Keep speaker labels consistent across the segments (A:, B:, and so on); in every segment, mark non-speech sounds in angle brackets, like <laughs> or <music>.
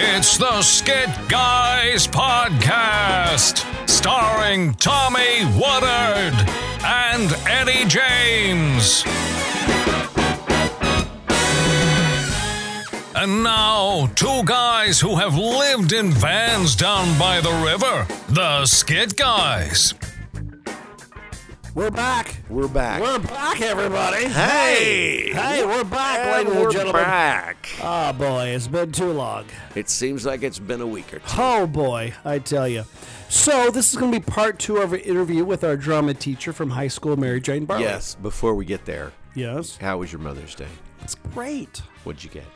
A: It's the Skit Guys Podcast, starring Tommy Woodard and Eddie James. And now, two guys who have lived in vans down by the river, the Skit Guys.
B: We're back.
C: We're back.
B: We're back, everybody.
C: Hey!
B: Hey, we're back,
C: And
B: ladies and
C: we're
B: gentlemen.
C: back.
B: Oh, boy, it's been too long.
C: It seems like it's been a week or two.
B: Oh, boy, I tell you. So, this is going to be part two of our interview with our drama teacher from high school, Mary Jane Barley.
C: Yes, before we get there,
B: Yes.
C: how was your Mother's Day?
B: It's great.
C: What'd you get?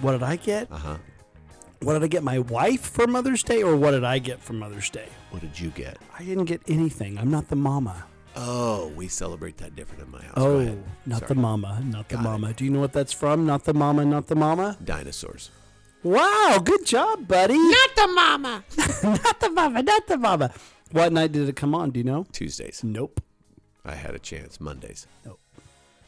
B: What did I get? Uh
C: Uh-huh.
B: huh. What did I get my wife for Mother's Day, or what did I get for Mother's Day?
C: What did you get?
B: I didn't get anything. I'm not the mama.
C: Oh, we celebrate that different in my house. Go
B: Oh,
C: ahead.
B: not
C: Sorry.
B: the mama, not the mama. Do you know what that's from? Not the mama, not the mama?
C: Dinosaurs.
B: Wow, good job, buddy. Not the mama. <laughs> not the mama, not the mama. What night did it come on? Do you know?
C: Tuesdays.
B: Nope.
C: I had a chance. Mondays.
B: Nope.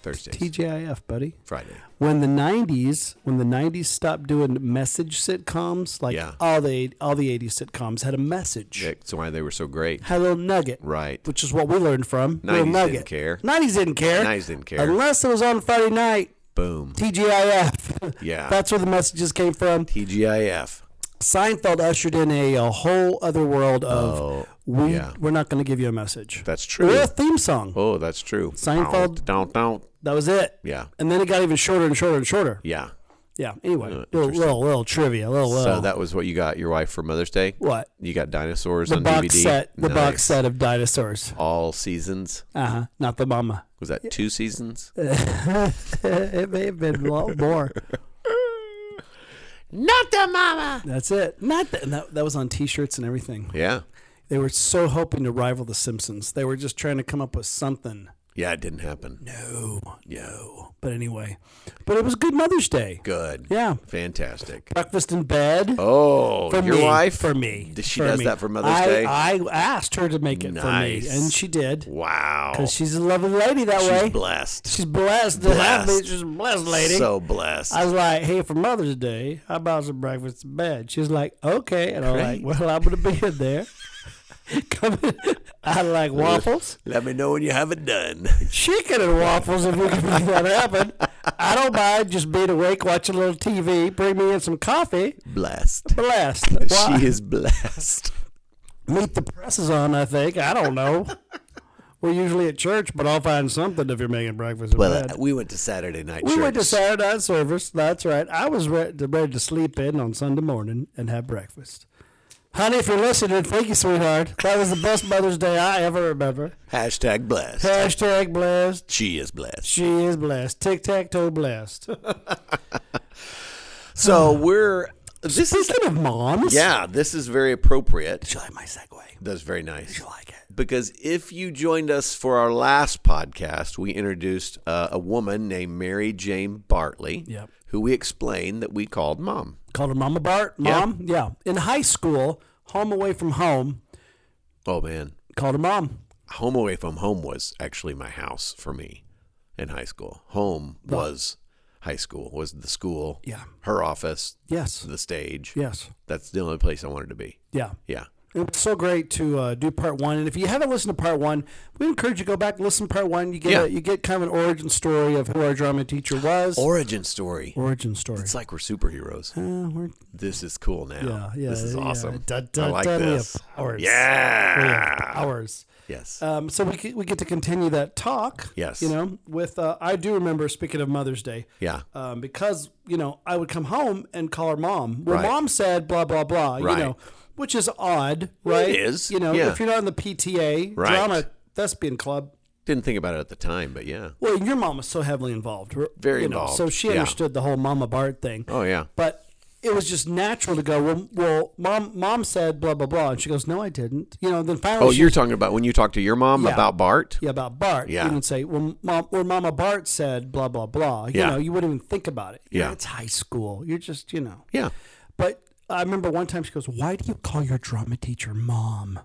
C: Thursdays.
B: TGIF, buddy.
C: Friday.
B: When the '90s, when the '90s stopped doing message sitcoms, like
C: Yeah.
B: all the all the '80s sitcoms had a message,
C: That's why they were so great.
B: had a little nugget,
C: Right.
B: Which is what we learned from. Little
C: 90s didn't
B: nugget.
C: care.
B: '90s didn't care.
C: 90s didn't care.
B: Unless it was on Friday night.
C: Boom.
B: TGIF. <laughs>
C: Yeah.
B: That's where the messages came from.
C: TGIF.
B: Seinfeld ushered in a, a whole other world of
C: Oh,
B: we
C: yeah.
B: we're not going to give you a message
C: That's
B: or
C: true.
B: a theme song.
C: Oh, that's true.
B: Seinfeld. Uh,
C: Don't, don't.
B: That was it.
C: Yeah.
B: And then it got even shorter and shorter and shorter.
C: Yeah.
B: Yeah. Anyway, little, little little trivia, little
C: Uh, So
B: little
C: that was what you got your wife for Mother's Day?
B: what
C: You got dinosaurs
B: the
C: on
B: box
C: DVD.
B: set, the box
C: Nice.
B: set of dinosaurs.
C: All seasons.
B: Uh huh. Not the mama. <laughs>
C: Was that two seasons?
B: Uh, it may have been a lot
C: <laughs>
B: more.
C: Not the mama.
B: That's it. Not that, that. That was on T-shirts and everything.
C: Yeah.
B: They were so hoping to rival The Simpsons. They were just trying to come up with something.
C: Yeah, it didn't happen.
B: No, no. But anyway, but it was good Mother's Day.
C: Good.
B: Yeah.
C: Fantastic.
B: Breakfast in bed.
C: Oh,
B: for
C: your
B: me,
C: wife?
B: for me.
C: Does she
B: for
C: does
B: me.
C: that for Mother's
B: I,
C: Day?
B: I asked her to make it for
C: Nice.
B: me, and she did.
C: wow.
B: 'Cause She's a lovely lady that
C: She's
B: way.
C: blessed.
B: She's blessed. to have me.
C: Blessed.
B: She's a blessed lady.
C: So blessed.
B: I was like, "Hey, for Mother's Day, how about some breakfast in bed?" She's like, "Okay," and I'm like,
C: Great.
B: "Well, I'm gonna be in there."
C: <laughs>
B: Come in. I like waffles,
C: Let me know when you have
B: <laughs>
C: it done.
B: chicken and waffles. If we can make that happen, I don't mind just being awake, watching a little TV. Bring me in some coffee.
C: blessed.
B: Blessed. Why-
C: She is blessed.
B: Meet the Press is on, I think. I don't
C: <laughs>
B: know. We're usually at church, but I'll find something if you're making breakfast. in
C: Well,
B: bed.
C: uh, we went to Saturday night
B: we
C: church.
B: went to Saturday night service. That's right. I was ready to, ready to sleep in on Sunday morning and have breakfast. Honey, if you're listening, thank you, sweetheart. That was the best Mother's Day I ever remember.
C: Hashtag blessed.
B: Hashtag blessed.
C: She is blessed.
B: She is blessed. Tic tac toe blessed.
C: So we're. This is.
B: Speaking of moms,
C: Yeah, this is very appropriate.
B: Did you like my segue?
C: That's very nice.
B: Did you like it?
C: Because if you joined us for our last podcast, we introduced uh, a woman named Mary Jane Bartley,
B: Yep.
C: who we explained that we called mom.
B: Called her Mama Bart. Mom. Yeah. In high school, home away from home,
C: Oh man,
B: called her mom.
C: home away from home was actually my house for me in high school. Home was high school was the school,
B: Yeah.
C: her office,
B: Yes.
C: the stage.
B: Yes.
C: That's the only place I wanted to be.
B: Yeah.
C: Yeah,
B: It's so great to uh, do part one, and if you haven't listened to part one, we encourage you to go back and listen to part one. You get
C: Yeah.
B: a, you get kind of an origin story of who our drama teacher was.
C: origin story.
B: origin story.
C: It's like we're superheroes.
B: Uh, we're-
C: This is cool now.
B: yeah, yeah,
C: this is
B: yeah.
C: awesome.
B: Da-
C: I
B: da-
C: like
B: da, we have
C: this.
B: powers. We have
C: Yeah.
B: powers.
C: Yes.
B: Um, so we, c- we get to continue that talk.
C: Yes.
B: You know, with uh, I do remember speaking of Mother's Day.
C: Yeah.
B: Um, because you know I would come home and call her mom. Well,
C: Right.
B: mom said blah blah blah.
C: Right.
B: You know, which is odd, right?
C: is,
B: You know,
C: yeah.
B: if you're not in the PTA
C: Right.
B: drama thespian club,
C: Didn't think about it at the time, but yeah.
B: well, your mom was so heavily involved. r-
C: Very
B: you know,
C: involved,
B: so she
C: yeah.
B: understood the whole Mama Bart thing.
C: Oh yeah.
B: But it was just natural to go. Well, well, mom, mom said blah blah blah, and she goes, "No, I didn't." You know, then finally,
C: Oh,
B: she
C: you're talking about when you talk to your mom
B: Yeah.
C: about Bart?
B: Yeah, about Bart.
C: Yeah.
B: You would say, well, mom, well, Mama Bart said blah, blah, blah. You
C: Yeah.
B: know, you wouldn't even think about it. You know,
C: Yeah.
B: It's high school. You're just, you know.
C: Yeah.
B: But I remember one time she goes, why do you call your drama teacher mom?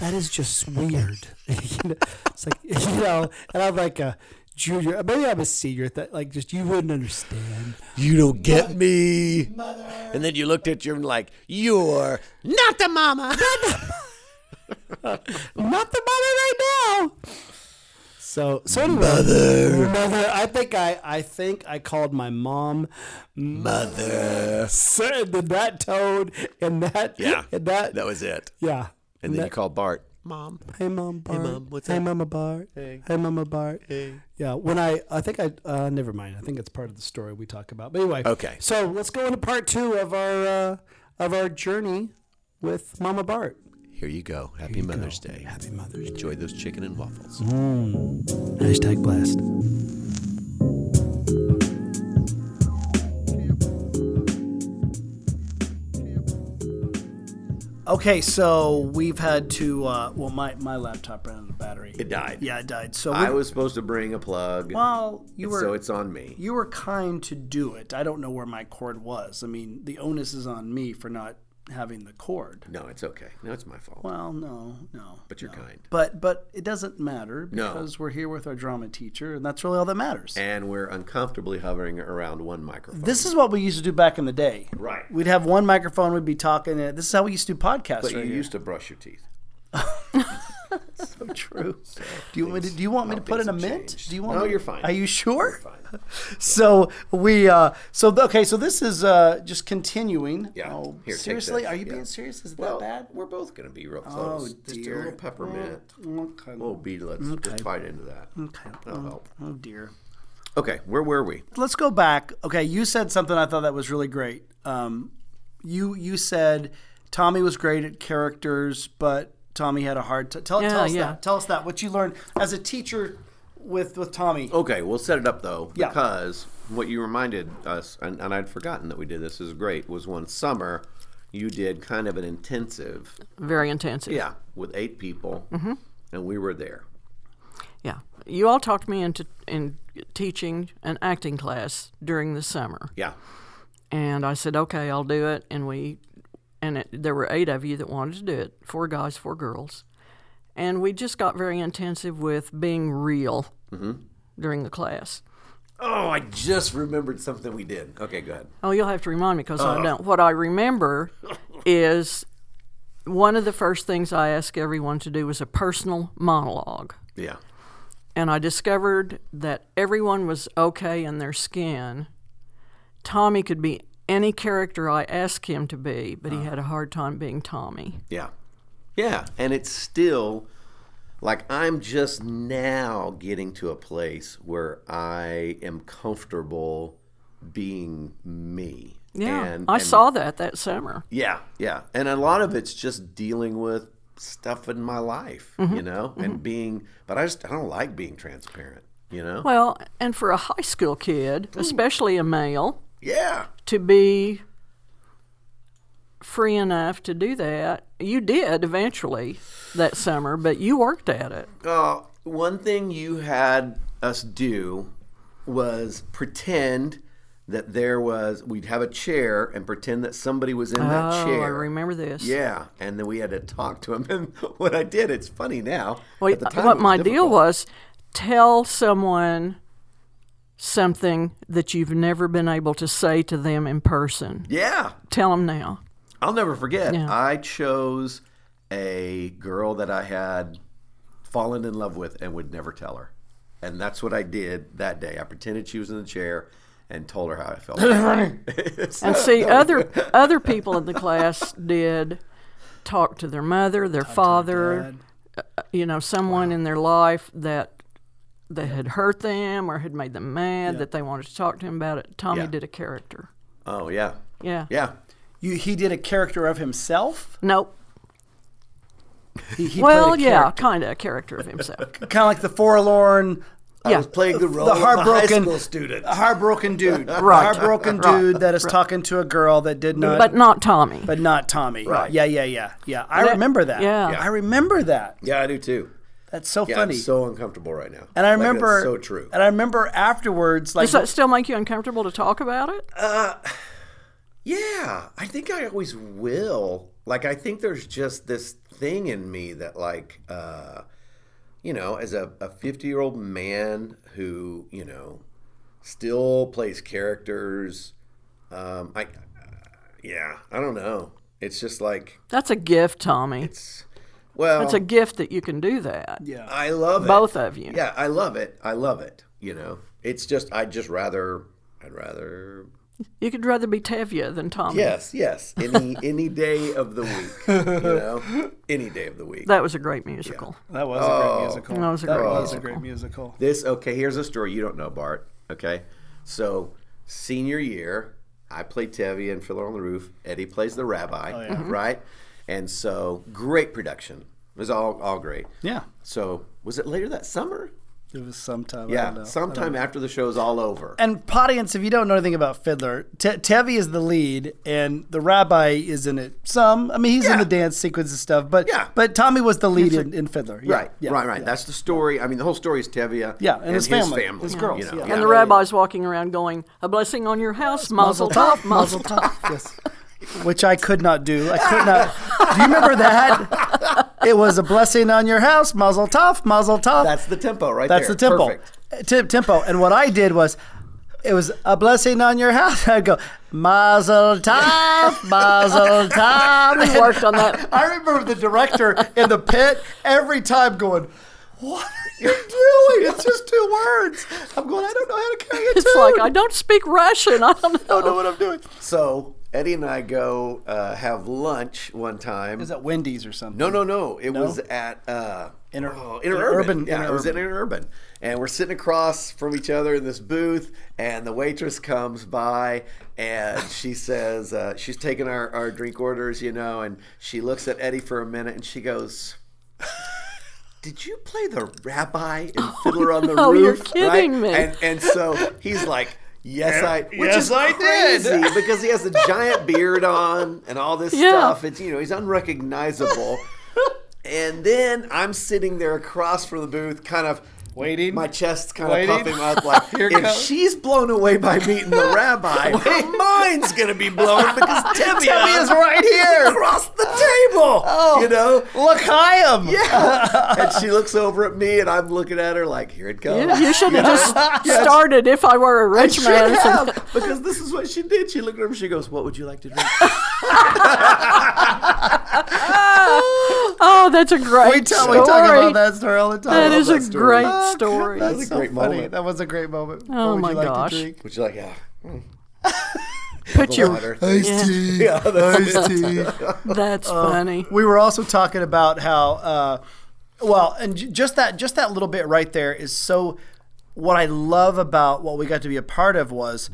B: that is just
C: <laughs>
B: weird. <laughs> You know, it's like, <laughs> you know, and I'm like a junior. Maybe I'm a senior at that. Like, just, you wouldn't understand.
C: You don't get me. And then you looked at you and like, you're not the mama.
B: Not the mother right now. So so anyway, mother. I think I I think I called my mom
C: Mother.
B: said that that toad and that
C: <laughs> <laughs> Yeah.
B: and that,
C: That was it.
B: yeah.
C: And then you called Bart. Mom.
B: Hey mom Bart.
C: Mom, what's
B: hey
C: up?
B: mama Bart. Hey. mama Bart. Hey. Yeah, when I I think I uh never mind. I think it's part of the story we talk about. But anyway.
C: Okay.
B: So, let's go into part 2 of our uh of our journey with Mama Bart.
C: Here you go. Happy Mother's Day. Mm-hmm.
B: Happy Mother's Day.
C: Enjoy those chicken and waffles.
B: Hashtag blast. Okay, so we've had to. Uh, well, my, my laptop ran out of battery.
C: It died.
B: yeah, it died. So
C: I
B: we,
C: was supposed to bring a plug.
B: well, you were
C: so it's on me.
B: you were kind to do it. I don't know where my cord was. I mean, the onus is on me for not having the cord.
C: no, it's okay. No, it's my fault.
B: Well, no, no.
C: but you're kind.
B: But but it doesn't matter
C: No.
B: because we're here with our drama teacher, and that's really all that matters.
C: And we're uncomfortably hovering around one microphone.
B: This is what we used to do back in the day.
C: Right.
B: We'd have one microphone, we'd be talking. And this is how we used to do podcasts.
C: but you
B: right here.
C: used to brush your teeth.
B: so <laughs> true. do you want me to, do you want me to
C: how
B: put in a
C: things have
B: mint?
C: changed.
B: Do you want?
C: No,
B: me-
C: you're fine.
B: Are you sure?
C: Fine.
B: So we uh so th- okay so this is uh just continuing.
C: Yeah.
B: Oh,
C: Here, take
B: seriously?
C: this.
B: Are you
C: Yeah.
B: being serious? Is it
C: well,
B: that Oh,
C: we're both going to be real close. Just a
B: dear.
C: little peppermint.
B: bad? Okay.
C: little beadlets. Just bite into that. Okay. That'll help.
B: Oh dear.
C: Okay, where were we?
B: let's go back. Okay, you said something I thought that was really great. Um, you you said Tommy was great at characters, but Tommy had a hard time. Tell, tell
D: Yeah,
B: us
D: yeah.
B: that. Tell us that. What you learned as a teacher with with Tommy.
C: Okay, we'll set it up though,
B: Yeah.
C: because what you reminded us, and, and I'd forgotten that we did this, is great, was one summer you did kind of an intensive,
D: Very intensive.
C: yeah, with eight people,
B: Mm-hmm.
C: and we were there.
D: Yeah. You all talked me into in teaching an acting class during the summer.
C: Yeah,
D: And I said, okay, I'll do it. And we, and it, there were eight of you that wanted to do it four guys, four girls. And we just got very intensive with being real during the class.
C: Oh, I just remembered something we did. Okay, go ahead.
D: Oh, you'll have to remind me because I don't. What I remember is one of the first things I asked everyone to do was a personal monologue.
C: Yeah.
D: and I discovered that everyone was okay in their skin. Tommy could be any character I asked him to be, but
C: Uh-huh.
D: he had a hard time being Tommy.
C: Yeah. Yeah. And it's still like I'm just now getting to a place where I am comfortable being me.
D: Yeah,
C: And,
D: I
C: and-
D: saw that that summer.
C: Yeah. Yeah. And a lot of it's just dealing with stuff in my life,
D: Mm-hmm.
C: you know, and being, but I just, I don't like being transparent, you know?
D: Well, and for a high school kid, especially a male,
C: Yeah.
D: to be free enough to do that, you did eventually that summer, but you worked at it.
C: Uh, one thing you had us do was pretend that there was we'd have a chair and pretend that somebody was in that
D: Oh,
C: chair.
D: I remember this.
C: Yeah, and then we had to talk to him. <laughs> And what I did, it's funny now.
D: Well,
C: At the time, it
D: what
C: was
D: my deal
C: difficult.
D: was, tell someone something that you've never been able to say to them in person.
C: Yeah,
D: Tell them now.
C: I'll never forget.
D: Yeah.
C: I chose a girl that I had fallen in love with and would never tell her. And that's what I did that day. I pretended she was in the chair and told her how I
D: <laughs>
C: felt. <laughs>
D: And see, other other people in the class did talk to their mother, their father, uh, you know, someone in their life that that had hurt them or had made them mad that they wanted to talk to him about it. Tommy
C: Yeah.
D: did a character.
C: oh, yeah.
D: Yeah.
C: Yeah.
B: You he did a character of himself.
D: Nope.
B: He, he
D: Well,
B: played a
D: yeah, kind of a character of himself.
E: <laughs>
B: kind of like the forlorn,
D: yeah.
C: playing the role
B: the heartbroken
C: student.
B: a heartbroken
C: <laughs>
B: dude,
D: Right.
B: a heartbroken
D: Right.
B: dude that is talking to a girl that did
E: uh,
B: not,
D: but
B: but,
D: not Tommy.
B: not Tommy.
C: Right.
B: Yeah, yeah, yeah, yeah. I
D: That-
B: remember that.
D: yeah. Yeah.
B: I remember that.
C: Yeah, I do too.
B: That's so
C: Yeah,
B: funny.
C: I'm so uncomfortable right now.
B: And I
C: Like, that's
B: remember
C: so true.
B: And I remember afterwards, like
D: Does that still make you uncomfortable to talk about it?
C: yeah, I think I always will. Like, I think there's just this thing in me that, like, uh, you know, as a 50 year old man who, you know, still plays characters, um, I, yeah, I don't know. It's just like
D: That's a gift, Tommy.
C: it's well,
D: It's a gift that you can do that.
B: Yeah.
C: I love it.
D: Both of you.
C: Yeah, I love it. I love it. You know, it's just I'd just rather I'd rather
D: You could rather be Tevya than Tommy.
C: yes, yes, <laughs> any any day of the week. You know, any day of the week.
D: That was a great musical.
E: That was a
C: Oh.
E: great musical.
D: That was a great
E: was a
D: musical.
E: great musical.
C: This okay? Here's a story you don't know, Bart. Okay, so senior year, I play Tevye and Fiddler on the Roof. Eddie plays the rabbi,
E: Oh, Mm-hmm.
C: right? And so, great production. It was all all great.
E: Yeah.
C: So, was it later that summer?
E: It was sometime. I don't know.
C: Yeah, sometime after the show's all over.
E: and audience, if you don't know anything about Fiddler, Te- Tevi is the lead, and the rabbi is in it. Some, I mean, he's in
C: Yeah.
E: the dance sequence and stuff, but
C: Yeah.
E: but Tommy was the lead in, in Fiddler. Yeah,
C: right,
E: yeah,
C: right, right.
E: yeah.
C: That's the story. I mean, the whole story is Tevye.
E: Yeah, and his family, his girls,
C: you know,
E: yeah.
D: And the rabbi's walking around going, A blessing on your house, Mazel Tov, Mazel Tov.
E: <laughs> yes. Which I could not do. I could not. do you
C: <laughs>
E: remember that? It was a blessing on your house, Mazel Tov, Mazel Tov.
C: That's the tempo right
E: That's
C: there.
E: the tempo.
C: Perfect.
E: Tip tempo. And what I did was, it was a blessing on your house. <laughs> I'd go, Mazel Tov, Mazel Tov.
D: We worked on that.
E: <laughs> I remember the director in the pit every time going, <laughs> "What are you <laughs> doing? It's just two words." I'm going, "I don't know how to carry it."
D: It's like, I don't speak Russian. I don't know.
C: <laughs>
E: don't know what I'm doing.
C: So Eddie and I go uh, have lunch one time.
E: Is that Wendy's or something?
C: No, no, no. It was at uh,
E: Inter-
C: oh,
E: Interurban,
C: Interurban. Yeah, it was at
E: Interurban.
C: Interurban, and we're sitting across from each other in this booth, and the waitress comes by, and <laughs> she says uh, she's taking our, our drink orders, you know, and she looks at Eddie for a minute, and she goes. Did you play the rabbi in
E: <laughs>
C: Fiddler on the
D: no,
C: Roof?
D: you're kidding
C: right?
D: me.
C: And and so he's like, "Yes, I." Which
E: yes,
C: is
E: I did."
C: crazy because he has a giant beard on and all this
D: Yeah.
C: stuff. It's you know he's unrecognizable. and then I'm sitting there across from the booth, kind of
E: Waiting.
C: My chest's kind
E: Waiting.
C: of puffing up. Like
E: <laughs> Here
C: if
E: comes-
C: she's blown away by meeting
E: <laughs>
C: the rabbi, her mind's gonna be blown because Timmy
E: Tevye is right here.
C: across the table.
E: Oh.
C: you know.
E: Look, Chaim.
C: Yeah. and she looks over at me, and I'm looking at her like, "Here it comes."
D: You should have just started if I were a rich
C: Should
D: man. It's like,
C: have, because this is what she did. She looked at him. She goes, "What would you like to
B: <laughs>
C: drink?"
D: <laughs> Oh, that's a great
E: We, tell, we
D: story.
E: talk about that story all the time.
D: that
C: love
D: is
C: that
D: a
C: story.
D: great
E: Oh, God,
D: story.
E: That's
C: That's a
E: so
C: great
E: funny.
C: moment.
E: That was a great moment.
D: Oh,
E: what would
D: my
E: you like
D: gosh.
E: To drink?
C: Would you like, yeah,
D: Put your-
C: water?
E: Iced
C: <laughs>
E: tea.
C: Yeah, <laughs> that's-
E: <laughs> Iced tea.
D: that's funny.
E: we were also talking about how uh, well and j- just that just that little bit right there is so what i love about what we got to be a part of was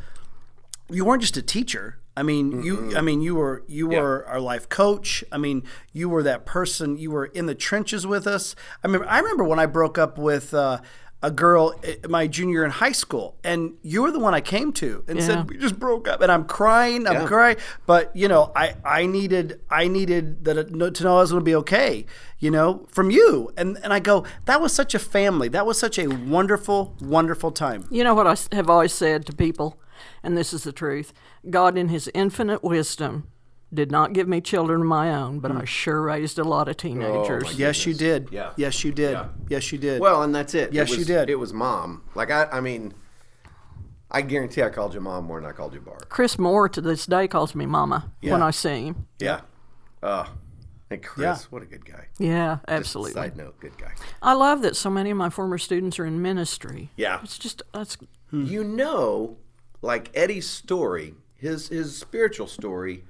E: you weren't just a teacher i mean you i mean you were you were our life coach i mean you were that person you were in the trenches with us i remember i remember when i broke up with uh, a girl i- my junior year in high school and you were the one i came to and
D: Yeah.
E: said we just broke up and i'm crying i'm crying but you know i i needed i needed that it- no- to know i was going to be okay you know from you and and i go that was such a family that was such a wonderful wonderful time
D: You know what I s- have always said to people, and this is the truth God, in His infinite wisdom, did not give me children of my own, but I sure raised a lot of teenagers.
E: Yes, you did.
C: Yeah.
E: Yes, you did.
C: Yeah.
E: Yes, you did.
C: Well, and that's it.
E: Yes,
C: it was,
E: you did.
C: It was mom. Like I, I mean, I guarantee I called you mom more than I called you Bart.
D: Chris Moore to this day calls me Mama when
C: Yeah.
D: I see him.
C: Yeah. Uh, and Chris,
E: Yeah.
C: what a good guy.
D: Yeah, absolutely.
C: Side note, good guy.
D: I love that so many of my former students are in ministry.
C: Yeah.
D: It's just, that's,
E: Mm.
C: You know, like Eddie's story, his his spiritual story,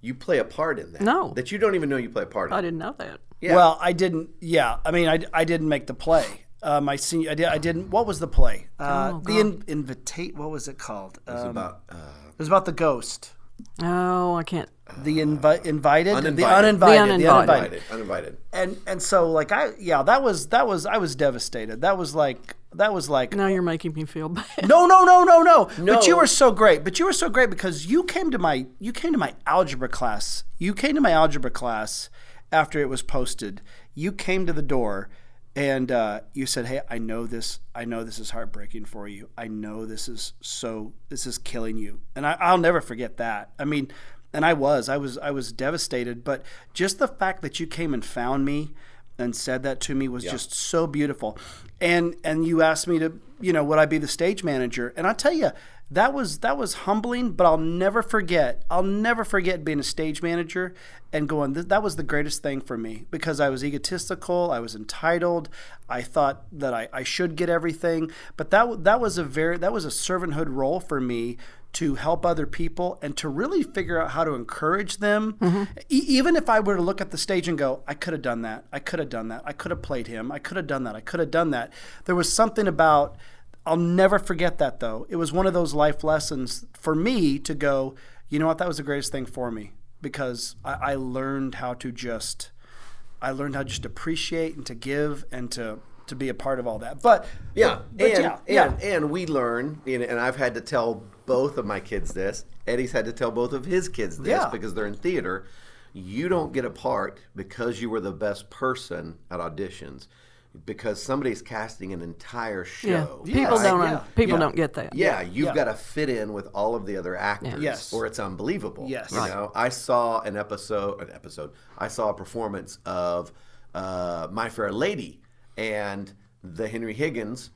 C: you play a part in that.
D: No.
C: that you don't even know you play a part in.
D: I didn't know that.
C: yeah.
E: Well, I didn't. Yeah, I mean, I, I didn't make the play. Uh, my senior, I, did, I didn't. What was the play? Uh, the in, invitate. What was it called? Um, it, was
C: about uh,
E: about the ghost.
D: Oh, I can't.
E: The invi- invited,
C: Uninvited.
E: the uninvited, the
D: The uninvited.
E: uninvited.
C: uninvited, uninvited.
E: And and so like I yeah that was that was I was devastated. That was like that was like
D: Now you're making me feel <laughs> bad.
E: <laughs> No, no, no, no, no. But you
C: No.
E: were so great. But you were so great because you came to my you came to my algebra class. You came to my algebra class after it was posted. You came to the door and uh, you said, "Hey, I know this. I know this is heartbreaking for you. I know this is so this is killing you." And I, I'll never forget that. I mean, and I was I was I was devastated. But just the fact that you came and found me and said that to me was just so beautiful. And and you asked me to, you know, would I be the stage manager? And I tell you, that was that was humbling, but I'll never forget. I'll never forget being a stage manager and going. "Th- That was the greatest thing for me because I was egotistical, I was entitled, I thought that I, I should get everything. But that w- that was a very that was a servanthood role for me to help other people and to really figure out how to encourage them. E- even if I were to look at the stage and go, I could have done that, I could have done that, I could have played him, I could have done that, I could have done that. There was something about I'll never forget that though. It was one of those life lessons for me to go, you know what, that was the greatest thing for me because I, I learned how to just I learned how to just appreciate and to give and to to be a part of all that. But
C: Yeah,
E: but
C: and,
E: yeah,
C: and,
E: yeah.
C: and we learn, and, and I've had to tell both of my kids this. Eddie's had to tell both of his kids this
E: Yeah.
C: because they're in theater. You don't get a part because you were the best person at auditions, because somebody's casting an entire
D: Yeah.
C: show.
D: People
C: right?
D: don't
E: yeah,
D: people
E: yeah.
D: don't get that.
C: Yeah, you've
E: yeah.
C: got to fit in with all of the other actors,
E: Yes.
C: or it's unbelievable.
E: Yes.
C: you
E: Right.
C: know. I saw an episode, an episode. I saw a performance of uh, My Fair Lady, and the Henry Higgins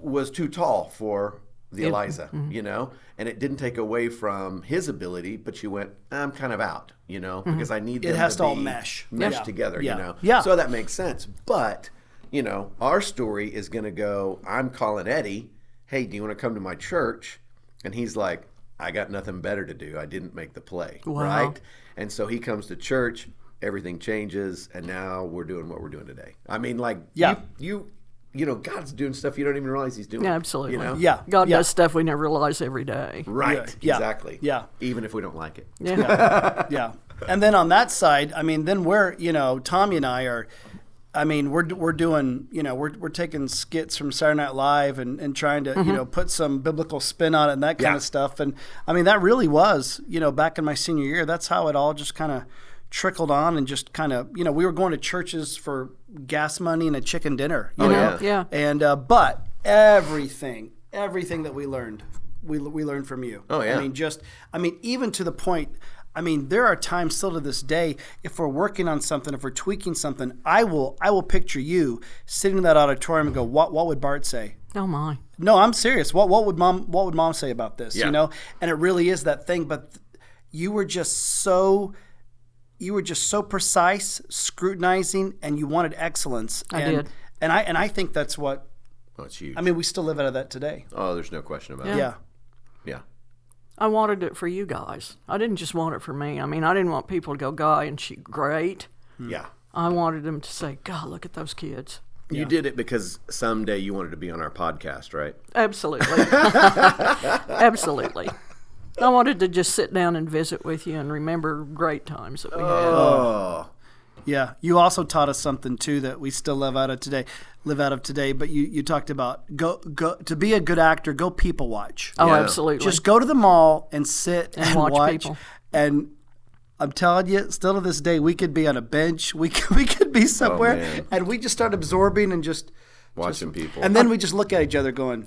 C: was too tall for the Eliza,
E: Mm-hmm.
C: you know, and it didn't take away from his ability. But you went, I'm kind of out, you know, because I need them
E: has to all
C: be
E: mesh.
C: meshed
E: Mm-hmm. Yeah.
C: together,
E: Yeah.
C: you know.
E: Yeah.
C: So that makes sense. But, you know, our story is going to go I'm calling Eddie, hey, do you want to come to my church? And he's like, I got nothing better to do. I didn't make the play. Right? And so he comes to church, everything changes, and now we're doing what we're doing today. I mean, like,
E: Yeah.
C: you, you, you know, God's doing stuff you don't even realize he's doing.
D: Yeah, absolutely.
C: You know?
E: yeah,
D: God
E: yeah.
D: does stuff we never realize every day.
C: Right.
E: Yeah.
C: Exactly.
E: Yeah.
C: Even if we don't like it.
D: Yeah.
E: yeah. And then on that side, I mean, then we're you know Tommy and I are, I mean we're we're doing you know we're we're taking skits from Saturday Night Live and and trying to you know put some biblical spin on it and that kind
C: Yeah.
E: of stuff. And I mean that really was you know back in my senior year, that's how it all just kind of trickled on and just kind of you know we were going to churches for gas money and a chicken dinner. You know?
C: yeah.
D: Yeah.
E: And uh, but everything, everything that we learned, we we learned from you.
C: Oh, yeah.
E: I mean, just I mean, even to the point. I mean, there are times still to this day, if we're working on something, if we're tweaking something, I will I will picture you sitting in that auditorium and go, what what would Bart say?
D: Oh my.
E: No, I'm serious. What what would mom what would mom say about this?
C: Yeah.
E: You know, and it really is that thing. But th- you were just so you were just so precise, scrutinizing, and you wanted excellence. I and,
D: did.
E: and I and I think that's what
C: Oh, it's huge.
E: I mean. We still live out of that today.
C: oh, there's no question about
E: Yeah,
C: it. Yeah.
D: I wanted it for you guys. I didn't just want it for me. I mean, I didn't want people to go, "Guy and she great."
E: Hmm.
C: Yeah.
D: I wanted them to say, "God, look at those kids."
C: You did it because someday you wanted to be on our podcast, right?
D: Absolutely. <laughs> Absolutely. I wanted to just sit down and visit with you and remember great times that we
E: yeah. You also taught us something too that we still live out of today. Live out of today. But you you talked about go go to be a good actor. Go people watch.
D: had. Oh,
C: Yeah.
D: absolutely.
E: Just go to the mall and sit and,
D: watch
E: watch,
D: people.
E: And I'm telling you, still to this day, we could be on a bench. We could, <laughs> we could be somewhere,
C: man.
E: and we just start absorbing and just.
C: Watching people.
E: And then we just look at each other, going.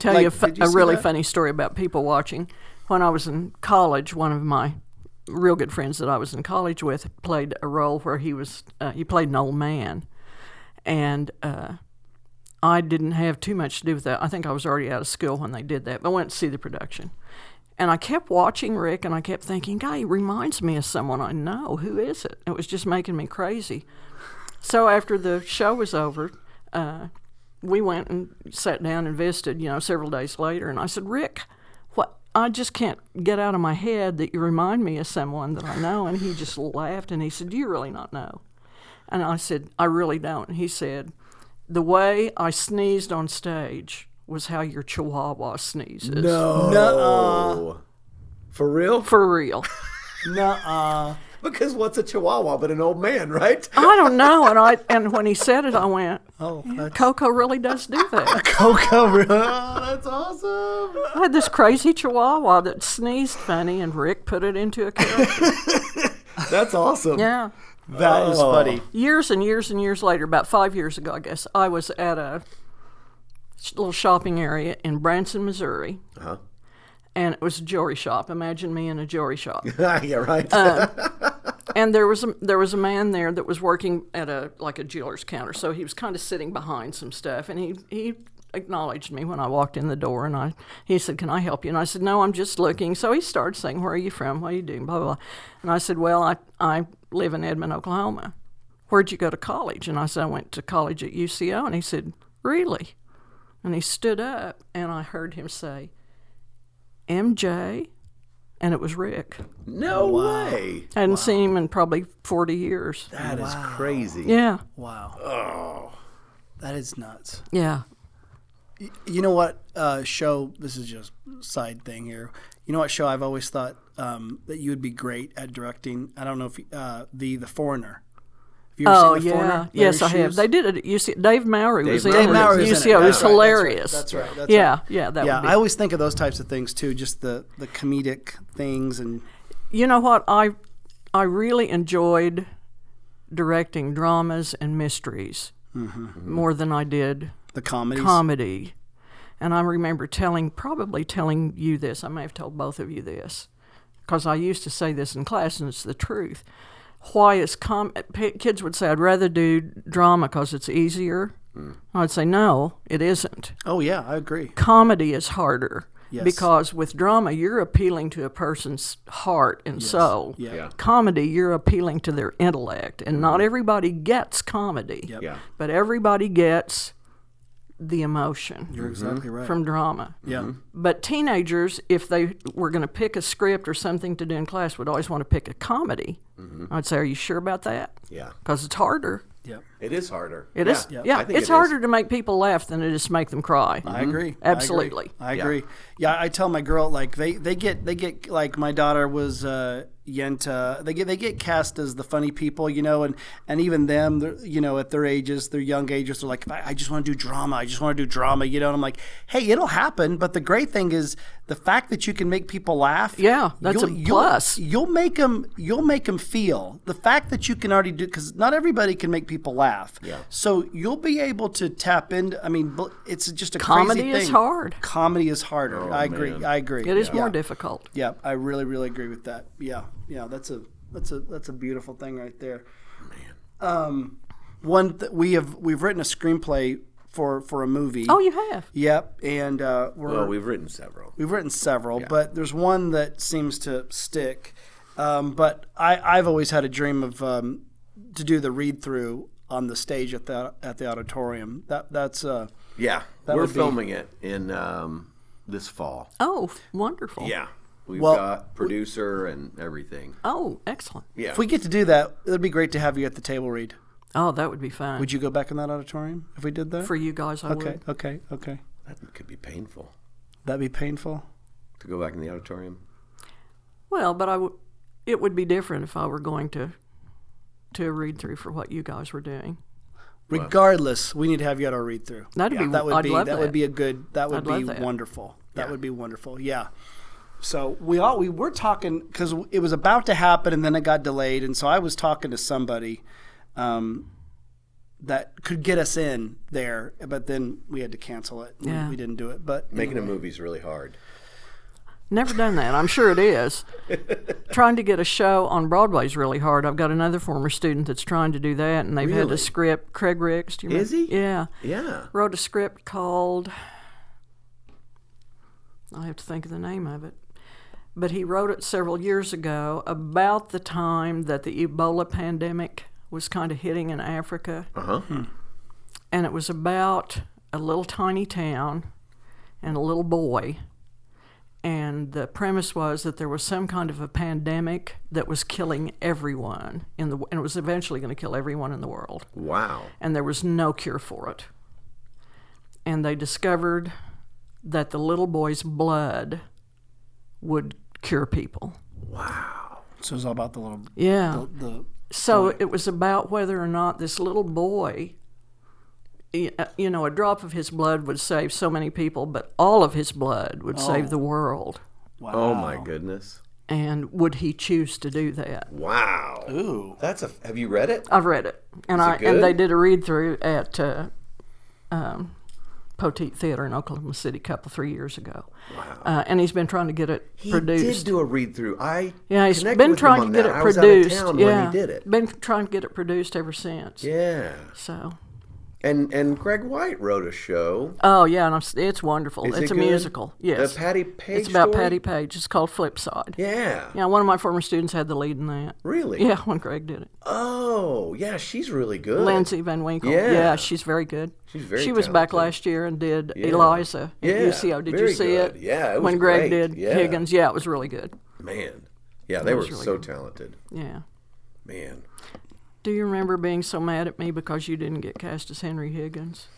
D: tell
E: like,
D: you, a fu-
E: did you
D: a
E: see
D: really
E: that?
D: funny story about people watching. When I was in college, one of my real good friends that I was in college with played a role where he was uh, he played an old man, and uh, I didn't have too much to do with that. I think I was already out of school when they did that, but I went to see the production. And I kept watching Rick and I kept thinking, God, he reminds me of someone I know. Who is it? It was just making me crazy. So after the show was over, uh, we went and sat down and visited, you know, several days later. And I said, Rick, what? I just can't get out of my head that you remind me of someone that I know. And he just laughed and he said, Do you really not know? And I said, I really don't. And he said, The way I sneezed on stage was how your chihuahua sneezes.
C: Oh. For real?
D: For real.
E: Nuh-uh.
C: Because what's a chihuahua but an old man, right?
D: I don't know. And I and when he said it, I went,
E: Oh, that's
D: Coco really does do that.
E: Coco. really-
C: Oh, that's awesome.
D: I had this crazy chihuahua that sneezed funny, and Rick put it into
E: <laughs>
D: a character.
C: That's awesome.
D: yeah. Oh.
E: That
C: <laughs>
E: is funny.
D: Years and years and years later, about five years ago, I guess, I was at a sh- little shopping area in Branson, Missouri.
C: Uh-huh.
D: And it was a jewelry shop. Imagine me in a jewelry shop.
C: yeah, right.
D: and there was a, there was a man there that was working at a like a jeweler's counter, so he was kind of sitting behind some stuff, and he he acknowledged me when I walked in the door, and I he said, "Can I help you?" And I said, "No, I'm just looking." So he started saying, "Where are you from? What are you doing?" Blah blah. blah. And I said, "Well, I I live in Edmond, Oklahoma. Where'd you go to college?" And I said, "I went to college at UCO." And he said, "Really?" And he stood up, and I heard him say, "MJ," and it was Rick.
C: <laughs> No way.
D: I hadn't seen him in probably 40 years.
C: That is crazy.
D: Yeah,
E: Wow. That is nuts.
D: yeah.
E: You know what uh, show? This is just side thing here. You know what show? I've always thought um, that you would be great at directing. I don't know if you, uh, the the foreigner. Have you ever
D: Oh
E: seen the
D: yeah,
E: foreigner? Larry
D: yes, I have.
E: Shoes?
D: They did it at UC. Dave Mowry was in
C: Mowry
D: it
C: was
D: at UCO. It
E: in it.
D: was
E: That's right, that's right,
D: hilarious.
E: that's right, that's
D: yeah, yeah, that
E: yeah,
D: would be.
E: I always think of those types of things too. Just the the comedic things and
D: you know what? I I really enjoyed directing dramas and mysteries
E: Mm-hmm.
D: more than I did
E: the comedies.
D: comedy. And I remember telling, probably telling you this, I may have told both of you this, because I used to say this in class and it's the truth. Why is com- p- kids would say, I'd rather do drama because it's easier.
E: Hmm.
D: I'd say, no, it isn't.
E: oh yeah, I agree.
D: Comedy is harder
E: Yes.
D: because with drama, you're appealing to a person's heart and soul.
E: Yeah. Yeah.
D: Comedy, you're appealing to their intellect. And not everybody gets comedy,
E: Yep.
C: Yeah.
D: but everybody gets the emotion
E: You're exactly right.
D: from drama.
E: yeah,
D: But teenagers, if they were going to pick a script or something to do in class, would always want to pick a comedy. I'd say, Are you sure about that?
C: Yeah.
D: Because it's harder.
E: yep.
C: It is harder.
D: It is. yeah,
C: I think it
D: it's
C: is.
D: harder to make people laugh than it is to make them cry.
E: I agree. I agree.
D: Mm-hmm. Absolutely.
E: I agree. Yeah. I tell my girl like they, they get they get like my daughter was uh, Yenta. They get they get cast as the funny people, you know, and and even them, they're, you know, at their ages, their young ages, they're like, I, I just want to do drama. I just want to do drama, you know. And I'm like, hey, it'll happen. But the great thing is the fact that you can make people laugh.
D: Yeah, that's a plus.
E: You'll, make them. You'll make them feel the fact that you can already do because not everybody can make people laugh. Yeah. So you'll be able to tap into. I mean, bl- it's just a
D: Comedy
E: crazy
D: is
E: thing.
D: hard.
E: Comedy is harder. I agree. I agree.
D: It is
E: yeah.
D: more difficult.
E: Yeah, I really, really agree with that. Yeah, yeah, that's a that's a that's a beautiful thing right there. Man, um, one th- we have we've written a screenplay for for a movie.
D: Oh, you have.
E: Yep, and uh, we're
C: Well, Oh, we've written several.
E: We've written several, but there's one that seems to stick. Um, but I, I've always had a dream of um, to do the read through on the stage at the at the auditorium. That that's uh,
C: Yeah. We're
E: would be-
C: filming it in um, this fall.
D: Oh, wonderful.
C: Yeah. We've
E: Well,
C: got producer and everything.
D: Oh, excellent.
C: Yeah.
E: if we get to do that, it'd be great to have you at the table read.
D: Oh, that would be fun.
E: Would you go back in that auditorium if we did that?
D: For you guys, I
E: okay,
D: would.
E: okay, okay.
C: that could be painful
E: That'd be painful.
C: to go back in the auditorium.
D: Well, but I would. It would be different if I were going to to a read through for what you guys were doing.
E: Regardless, we need to have you at our read through.
D: That'd be-
E: that would
D: I'd
E: be
D: love
E: that,
D: that.
E: would be a good that would
D: I'd love
E: be
D: that.
E: wonderful. That would be wonderful. Yeah. So we all we were talking because it was about to happen and then it got delayed and so I was talking to somebody um, that could get us in there but then we had to cancel it. We-
D: Yeah.
E: We, didn't do it. But
C: Making a movie is really hard.
D: Never done that. I'm sure it is. trying to get a show on Broadway is really hard. I've got another former student that's trying to do that, and they've had
C: Really?
D: a script. Craig Ricks, do you remember?
C: Is he?
D: Yeah.
C: Yeah.
D: Wrote a script called, I have to think of the name of it, but he wrote it several years ago about the time that the Ebola pandemic was kind of hitting in Africa. And it was about a little tiny town and a little boy and the premise was that there was some kind of a pandemic that was killing everyone in the and it was eventually going to kill everyone in the world
C: Wow.
D: and there was no cure for it and they discovered that the little boy's blood would cure people
E: so it was all about the little
D: yeah
E: the
D: so it was about whether or not this little boy y- uh, you know a drop of his blood would save so many people but all of his blood would save the world
E: wow.
C: Oh my goodness.
D: and would he choose to do that
C: Wow.
E: Ooh.
C: That's a. Have you read it?
D: I've read it, and I
C: it
D: and
C: good?
D: they did a read through at uh, um, Poteet Theater in Oklahoma City a couple three years ago, uh, and he's been trying to get it
C: He
D: produced.
C: did do a read through. I
D: yeah, he's
C: connected
D: been
C: with him
D: trying to
C: on
D: get
C: that.
D: it
C: I was out of
D: produced.
C: town
D: yeah,
C: when he did it.
D: been trying to get it produced ever since.
C: Yeah,
D: So,
C: and and Greg White wrote a show.
D: oh yeah, and I'm, s- it's wonderful.
C: Is
D: it's
C: it
D: a
C: good?
D: musical.
C: The
D: Yes,
C: Patty Page
D: It's about
C: story?
D: Patty Page. It's called Flipside.
C: Yeah.
D: yeah, one of my former students had the lead in that.
C: Really?
D: Yeah, when Greg did it.
C: Oh, yeah. She's really good.
D: Lindsay Van Winkle.
C: Yeah.
D: Yeah. she's very good.
C: She's very
D: She was back
C: talented.
D: last year and did
C: Yeah.
D: Eliza at
C: Yeah,
D: UCO. Did
C: very
D: you see
C: good.
D: it?
C: Yeah, it was
D: when Greg
C: great.
D: did
C: Yeah.
D: Higgins. Yeah, it was really good.
C: Man, yeah, they were
D: was really
C: so talented.
D: Yeah.
C: Man,
D: Do you remember being so mad at me because you didn't get cast as Henry Higgins?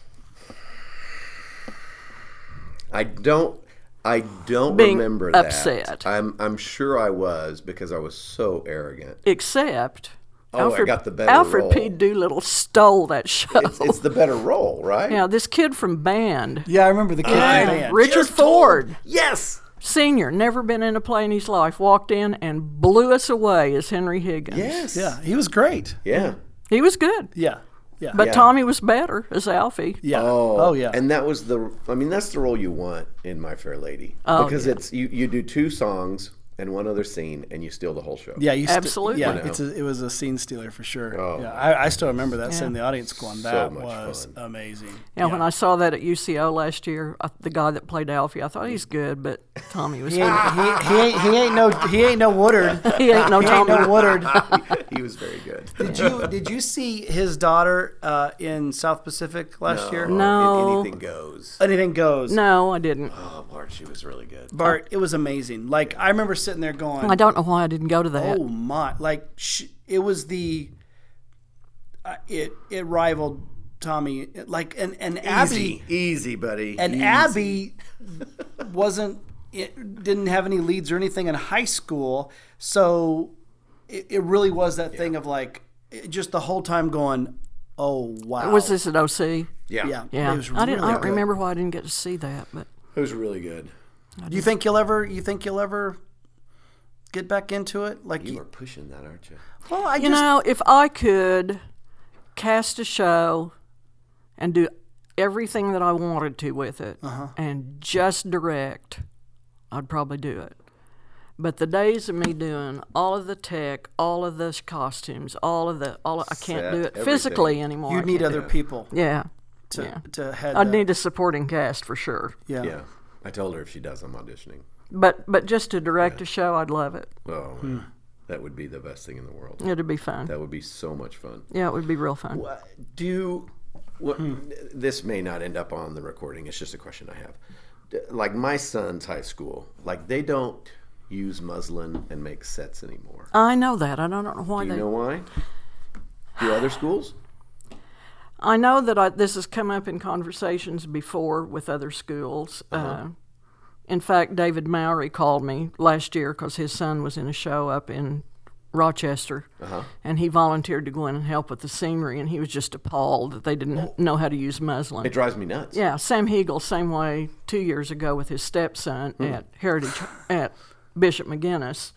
C: I don't. I don't
D: Being
C: remember that.
D: upset.
C: I'm I'm sure I was because I was so <laughs> arrogant.
D: Except
C: Oh, I
D: Alfred,
C: got the better
D: Alfred P.
C: role.
D: Doolittle stole that show.
C: It's, it's the better role, right?
D: now this kid from Band,
B: Yeah, I remember the kid.
E: Man,
D: Richard
C: Just told-
D: Ford.
C: Yes.
D: Senior, never been in a play in his life, walked in and blew us away as Henry Higgins.
C: Yes.
E: Yeah, he was great.
C: Yeah.
D: He was good.
E: Yeah, yeah,
D: But
C: Yeah.
D: Tommy was better as Alfie.
E: yeah.
C: Oh,
E: yeah.
C: And that was the. I mean, that's the role you want in My Fair Lady
D: Oh,
C: because
D: yeah.
C: it's you. You do two songs and one other scene, and you steal the whole show.
E: yeah, you st-
D: Absolutely.
E: Yeah,
D: You
E: it's a, it was a scene stealer for sure. Yeah, I, I still remember that sitting in the audience going, "That
C: Oh, much
E: was
C: fun.
E: amazing."
D: Yeah, when I saw that at UCO last year, I, the guy that played Alfie, I thought he's good, but Tommy was.
E: He ain't, <laughs> he, he ain't, he ain't no he ain't no Woodard.
D: he ain't no
E: He ain't
D: Tommy.
E: no <laughs> Woodard.
C: <laughs> he was very
E: <laughs>
C: good.
E: Did you did you see his daughter uh, in South Pacific last year?
D: No.
E: Oh.
C: Anything goes.
E: Anything goes.
D: No, I didn't.
C: Oh, Mark, she was really good.
E: Bart, it was amazing. Like I remember sitting there going,
D: I don't know why I didn't go to that.
E: "Oh my!" Like sh- it was the uh, it it rivaled Tommy. Like and and Abby
C: Easy, easy, buddy.
E: and
C: Easy.
E: Abby wasn't it didn't have any leads or anything in high school, so it, it really was that thing of like it, just the whole time going, "Oh wow!"
D: Was this at OC?
C: Yeah.
E: yeah,
D: Yeah,
E: It was
D: I didn't. I
E: really
D: don't
E: good.
D: remember why I didn't get to see that, but
C: It was really good.
E: Do you think you'll ever? You think you'll ever get back into it? Like,
C: You
E: you,
C: are pushing that, aren't you?
E: well, I
D: you
E: just
D: know, if I could cast a show and do everything that I wanted to with it
C: Uh-huh.
D: and just direct, I'd probably do it. But the days of me doing all of the tech, all of the costumes, all of the all, I can't
C: Set,
D: do it
C: everything.
D: physically anymore.
E: you
D: I
E: need
D: can't-
E: other people
D: yeah.
E: to
D: yeah.
E: to head.
D: I'd
E: that.
D: need a supporting cast for sure.
E: yeah.
C: Yeah. I told her if she does, I'm auditioning.
D: But but just to direct a show, I'd love it.
C: Oh,
E: Hmm.
C: that would be the best thing in the world.
D: It'd be fun.
C: That would be so much fun.
D: Yeah, it would be real fun.
C: Uh, Do what, this may not end up on the recording. It's just a question I have. D- Like my son's high school, like they don't use muslin and make sets anymore.
D: I know that. I don't know why
C: Do
D: they
C: you know why? Do
D: <sighs>
C: other schools?
D: I know that I, this has come up in conversations before with other schools. uh in fact, David Mowry called me last year because his son was in a show up in Rochester, and he volunteered to go in and help with the scenery, and he was just appalled that they didn't know how to use muslin.
C: It drives me nuts.
D: Yeah, Sam Hegel, same way two years ago with his stepson at Heritage at Bishop McGinnis.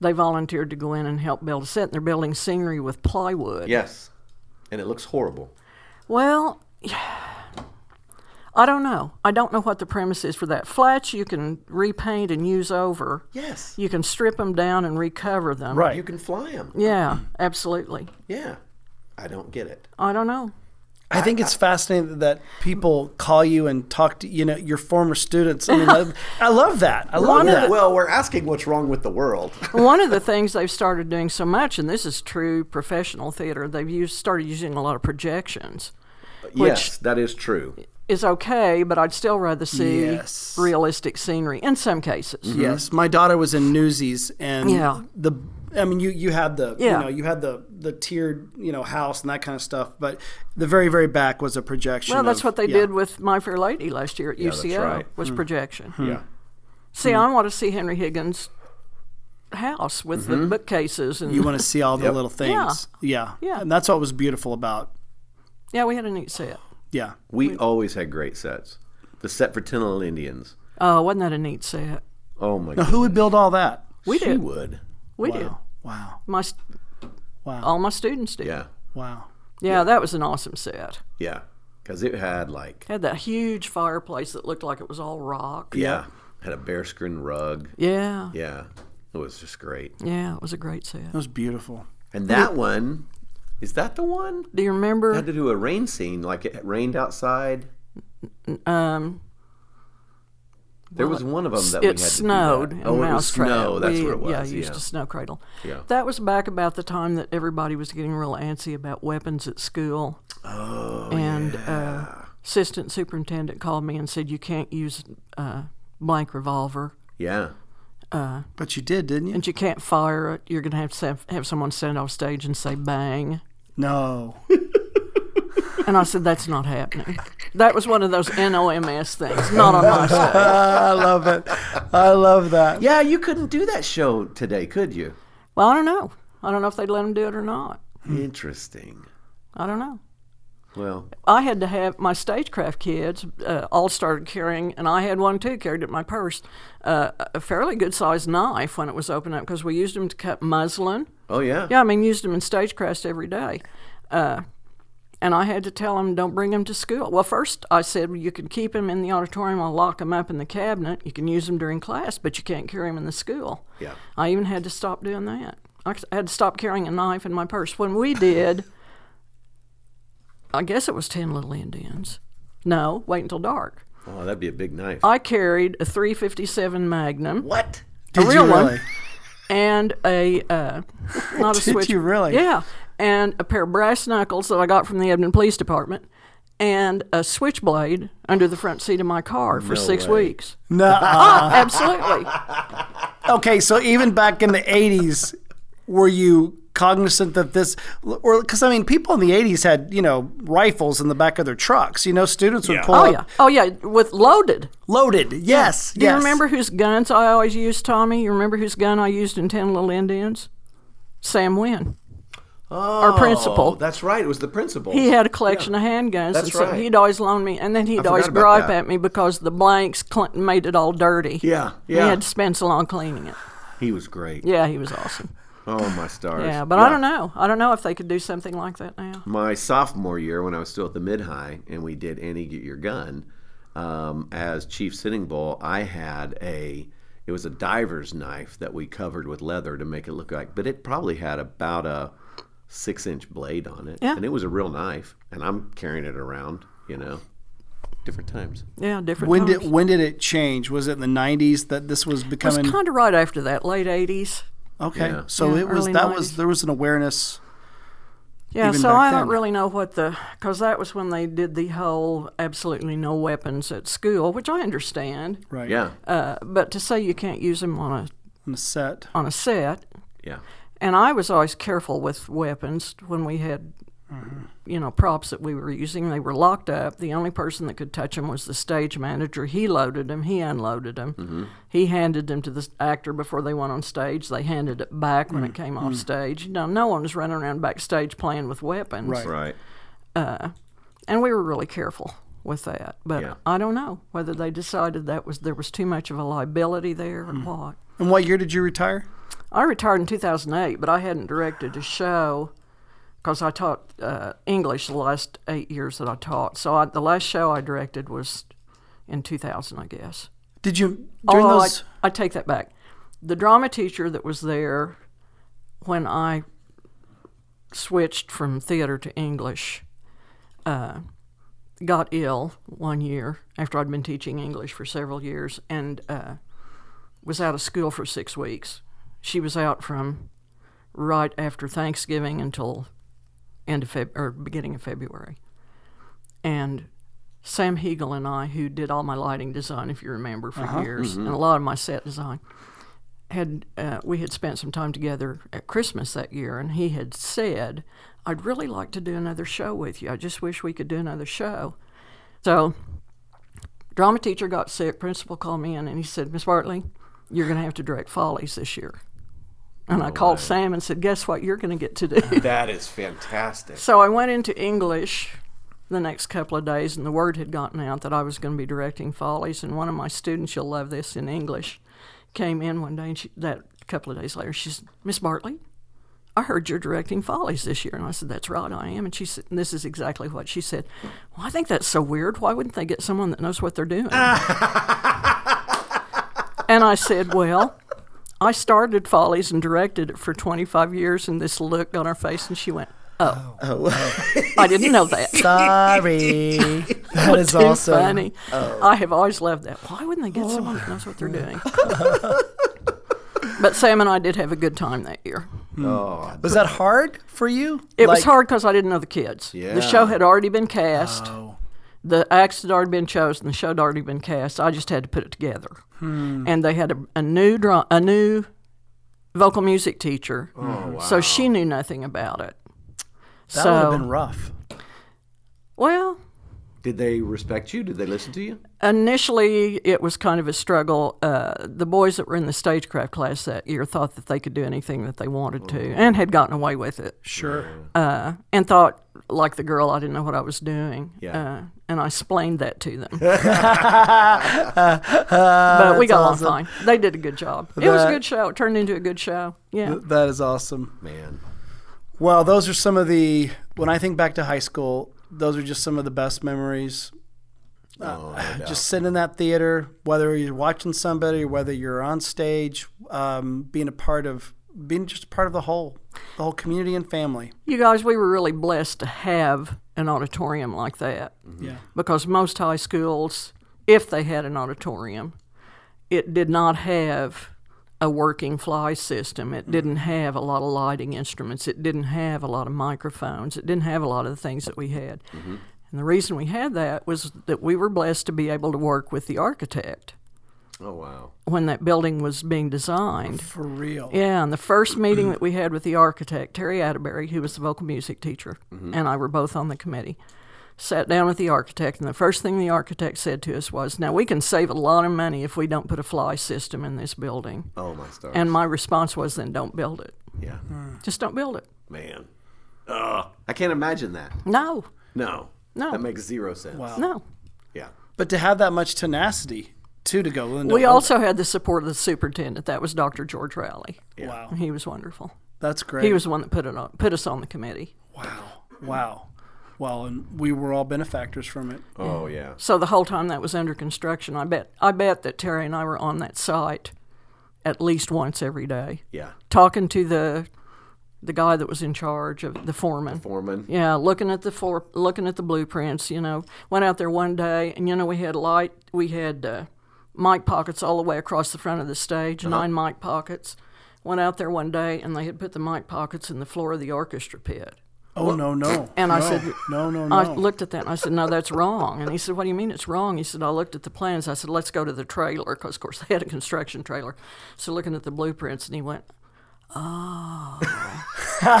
D: They volunteered to go in and help build a set, and they're building scenery with plywood.
C: Yes. And it looks horrible.
D: Well, <sighs> I don't know. I don't know what the premise is for that. Flats you can repaint and use over.
C: Yes.
D: You can strip them down and recover them.
E: Right.
C: You can fly them.
D: Yeah, absolutely.
C: Yeah. I don't get it.
D: I don't know.
E: I think it's fascinating that people call you and talk to you know your former students. I mean, I- I love that. I love that.
C: Well, we're asking what's wrong with the
D: <laughs>
C: world.
D: One of the things they've started doing so much, and this is true professional theater, they've used, started using a lot of projections.
C: yes, that is true.
D: Is okay, but I'd still rather see
E: Yes.
D: realistic scenery in some cases.
E: Yes, my daughter was in Newsies, and
D: Mm-hmm. Yeah.
E: the I mean, you you had the
D: Yeah.
E: you know you had the the tiered you know house and that kind of stuff, but the very very back was a projection.
D: Well, that's
E: of-
D: what they
E: yeah.
D: did with My Fair Lady last year at
C: that's
D: UCL
C: right.
D: was projection.
C: Yeah.
D: See, I want to see Henry Higgins' house with the bookcases and
E: <laughs> You want to see all the little things, yeah.
D: Yeah.
E: and that's what was beautiful about
D: yeah, we had a neat set.
E: yeah.
C: We always had great sets. The set for Ten Little Indians.
D: Oh, wasn't that a neat set?
C: Oh
D: <laughs>
C: my
E: Who would build all that?
D: We
C: she
D: did.
C: would.
D: We did.
E: Wow,
D: My st-
E: Wow.
D: all my students did.
C: Yeah.
E: wow.
D: Yeah, that was an awesome set.
C: Yeah. because it had like
D: Had that huge fireplace that looked like it was all rock.
C: yeah, had a bearskin rug.
D: Yeah. Yeah,
C: Yeah, it was just great.
D: it was a great set.
E: That was beautiful.
C: And that one, is that the one?
D: Do you remember?
C: I had to do a rain scene, like it rained outside.
D: um,
C: There was one of them that we had
D: it
C: to do
D: snowed
C: that.
D: in
C: oh, it was
D: Mousetrap.
C: snow. That's
D: we,
C: what it
D: Yeah,
C: was.
D: used
C: Yeah,
D: to snow cradle.
C: Yeah.
D: That was back about the time that everybody was getting real antsy about weapons at school. Oh, and uh, assistant superintendent called me and said, "You can't use uh, blank revolver,
C: yeah.
E: But you did, didn't you?
D: and you can't fire it. You're going to have to have, have someone stand off stage and say bang."
E: No.
D: <laughs> And I said, "That's not happening." That was one of those NOMS things, not
C: <laughs>
D: on my side.
E: I love it. I love that.
C: Yeah, you couldn't do that show today, could you?
D: Well, I don't know. I don't know if they'd let them do it or not.
C: Interesting.
D: I don't know.
C: Well,
D: I had to have my stagecraft kids uh, all started carrying, and I had one too carried in my purse, uh, a fairly good sized knife when it was opened up because we used them to cut muslin.
C: oh yeah.
D: Yeah, I mean, used them in stagecraft every day. Uh, and I had to tell them, don't bring them to school. Well, first I said, well, you can keep them in the auditorium. I'll lock them up in the cabinet. You can use them during class, but you can't carry them in the school.
C: Yeah.
D: I even had to stop doing that. I c- had to stop carrying a knife in my purse. When we did, I guess it was 10 Little Indians. No, wait until dark.
C: Oh, that'd be a big knife.
D: I carried a 357 Magnum
C: what?
E: Did
D: real
E: you
D: one.
E: really?
D: and a
E: <laughs>
D: uh, not a
E: Did
D: switch.
E: you really?
D: Yeah, and a pair of brass knuckles that I got from the Edmond Police Department, and a switchblade under the front seat of my car for six
C: way.
D: weeks. <laughs>
E: No.
D: Ah, absolutely.
E: Okay, so even back in the 80s, were you cognizant that this or because I mean people in the 80s had, you know, rifles in the back of their trucks. You know, students would pull
D: Oh
E: up
D: yeah. Oh yeah. With loaded.
E: loaded. Yes.
D: Do
E: yes.
D: you remember whose guns I always used, Tommy? You remember whose gun I used in Ten Little Indians? Sam Wynn.
C: Oh,
D: principal.
C: That's right. It was the principal.
D: He had a collection of handguns,
C: That's
D: and so
C: right.
D: he'd always loan me, and then he'd
C: forgot
D: always
C: about
D: gripe
C: that.
D: at me because the blanks cl- made it all dirty.
C: Yeah,
D: He
C: yeah.
D: had to spend so long cleaning it.
C: He was great.
D: Yeah, he was awesome.
C: Oh my stars.
D: Yeah, but I don't know. I don't know if they could do something like that now.
C: my sophomore year when I was still at the mid high and we did Annie Get Your Gun, um, as Chief Sitting Bull, I had a it was a diver's knife that we covered with leather to make it look like, but it probably had about a six inch blade on it,
D: Yeah.
C: and it was a real knife, and I'm carrying it around, you know, different times.
D: Oh, Yeah, different.
E: when
D: times.
E: did when did it change? Was it in the 90s that this was
D: It was
E: becoming
D: kind of right after that, late '80s.
E: Okay.
C: Yeah.
E: So
D: Yeah,
E: it was
D: early
E: that
D: 90s.
E: was there was an awareness.
D: Yeah,
E: even
D: so
E: back
D: I don't
E: then.
D: really know what the because that was when they did the whole absolutely no weapons at school, which I understand.
E: Right.
C: Yeah,
D: Uh, but to say you can't use them on a
E: On the set.
D: on a set,
C: yeah,
D: and I was always careful with weapons when we had.
E: Mm-hmm.
D: You know, props that we were using, they were locked up. The only person that could touch them was the stage manager. He loaded them, he unloaded them,
E: Mm-hmm.
D: he handed them to the s- actor before they went on stage. They handed it back when it
E: Mm.
D: came off stage. You know, no one was running around backstage playing with weapons,
E: Right.
C: right.
D: and we were really careful with that. But
C: Yeah.
D: I don't know whether they decided that was there was too much of a liability there or what.
E: And what year did you retire?
D: I retired in 2008, but I hadn't directed a show because I taught uh, English the last eight years that I taught. So I, the last show I directed was in 2000, I guess.
E: Did you during
D: Although
E: those
D: Oh, I, I take that back. The drama teacher that was there when I switched from theater to English uh, got ill one year after I'd been teaching English for several years and uh, was out of school for six weeks. She was out from right after Thanksgiving until end of Feb- or beginning of February. And Sam Hegel and I, who did all my lighting design, if you remember, for years, and a lot of my set design, had uh, we had spent some time together at Christmas that year, and he had said, "I'd really like to do another show with you. I just wish we could do another show." So, drama teacher got sick. Principal called me in, and he said, "Miss Bartley, you're going to have to direct Follies this year." And I called Sam and said, "Guess what? You're going to get to do."
C: That is fantastic.
D: So I went into English the next couple of days, and the word had gotten out that I was going to be directing Follies. And one of my students, you'll love this in English, came in one day, and she, that couple of days later, she said, Miss Bartley, I heard you're directing Follies this year. And I said, That's right, I am. And she said, and This is exactly what she said. Well, I think that's so weird. Why wouldn't they get someone that knows what they're doing? and I said, Well, I started Follies and directed it for 25 years, and this look on her face, and she went, Oh, I didn't know that.
E: Sorry. <laughs>
D: <laughs>
E: that is
D: Too
E: awesome. Oh.
D: funny. I have always loved that. Why wouldn't they get someone that knows what they're doing? but Sam and I did have a good time that year.
E: Was that hard for you?
D: It was
E: Like-
D: hard because I didn't know the kids.
C: Yeah.
D: The show had already been cast.
E: Oh.
D: The acts had already been chosen. The show had already been cast. I just had to put it together.
E: Hmm.
D: And they had a, a new dra- a new vocal music teacher. So she knew nothing about it.
E: Oh, That would
D: so
E: have been rough.
D: well,
C: Did they respect you? Did they listen to you?
D: Initially, it was kind of a struggle. Uh, the boys that were in the stagecraft class that year thought that they could do anything that they wanted to and had gotten away with it
E: Sure.
D: and thought, like the girl, I didn't know what I was doing.
C: Yeah.
D: Uh, and I explained that to them. but we got along fine. They did a good job. It was a
E: That-
D: good show. It turned into a good show. Yeah.
E: That is awesome.
C: Man.
E: Well, those are some of the when I think back to high school, those are just some of the best memories. Uh,
C: Oh, no doubt.
E: Just sitting in that theater, whether you're watching somebody, whether you're on stage, um, being a part of being just a part of the whole, the whole community and family.
D: You guys, we were really blessed to have an auditorium like that.
E: Yeah.
D: Because most high schools, if they had an auditorium, it did not have a working fly system. It didn't have a lot of lighting instruments. It didn't have a lot of microphones. It didn't have a lot of the things that we had. And the reason we had that was that we were blessed to be able to work with the architect
C: Oh, wow.
D: when that building was being designed.
E: For real.
D: Yeah, and the first meeting that we had with the architect, Terry Atterbury, who was the vocal music teacher, and I were both on the committee, sat down with the architect, and the first thing the architect said to us was, Now we can save a lot of money if we don't put a fly system in this building.
C: Oh, my stars.
D: And my response was, Then don't build it.
C: yeah.
D: Just don't build it.
C: Man. Ugh. I can't imagine that.
D: No,
C: No.
D: No.
C: That makes zero sense. Wow.
D: no.
C: Yeah.
E: But to have that much tenacity too to go. Linda,
D: we also had the support of the superintendent. That was Dr. George Rowley.
E: wow,
D: He was wonderful.
E: that's great.
D: He was the one that put it on, put us on the committee.
E: wow, wow. Well, and we were all benefactors from it.
C: Oh, yeah.
D: So the whole time that was under construction, I bet I bet that Terry and I were on that site at least once every day,
C: Yeah.
D: talking to the the guy that was in charge of the foreman.
C: Foreman.
D: Yeah, looking at the floor, looking at the blueprints. You know, went out there one day, and you know we had light, we had uh, mic pockets all the way across the front of the stage, nine mic pockets. Went out there one day, and they had put the mic pockets in the floor of the orchestra pit.
E: Oh no, no.
D: And I
E: No,
D: said-
E: no, no, no.
D: I looked at that and I said, "No, that's wrong." And he said, "What do you mean it's wrong?" He said, "I looked at the plans." I said, "Let's go to the trailer because, of course, they had a construction trailer." So looking at the blueprints, and he went,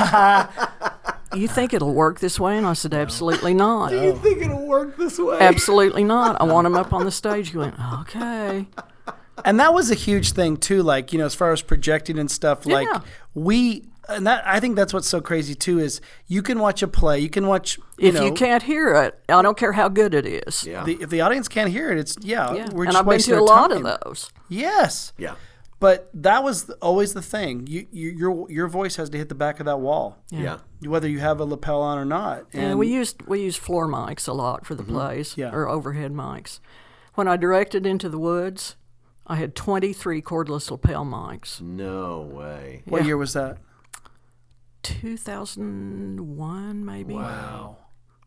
D: "Oh, you think it'll work this way?" And I said, "Absolutely not.
E: <laughs>
C: I think it'll work this way.
D: Absolutely not. I want him up on the stage." He went, "Okay."
E: and that was a huge thing too like you know as far as projecting and stuff like
D: Yeah.
E: we and that i think that's what's so crazy too is you can watch a play you can watch you
D: If
E: know
D: you can't hear it, I don't care how good it is.
C: Yeah.
E: the, if the audience can't hear it it's yeah,
D: Yeah.
E: we're
D: and
E: just
D: I've been
E: wasting
D: to a
E: our
D: lot
E: time.
D: of those.
E: yes
C: yeah.
E: but that was th- always the thing you, you your your voice has to hit the back of that wall
C: Yeah.
E: whether you have a lapel on or not and
D: Yeah, we used we used floor mics a lot for the
C: Mm-hmm.
D: plays
E: Yeah.
D: or overhead mics. When I directed Into the Woods, I had 23 cordless lapel mics.
C: Mm. No way.
E: what year was that
D: 2001 maybe. Wow.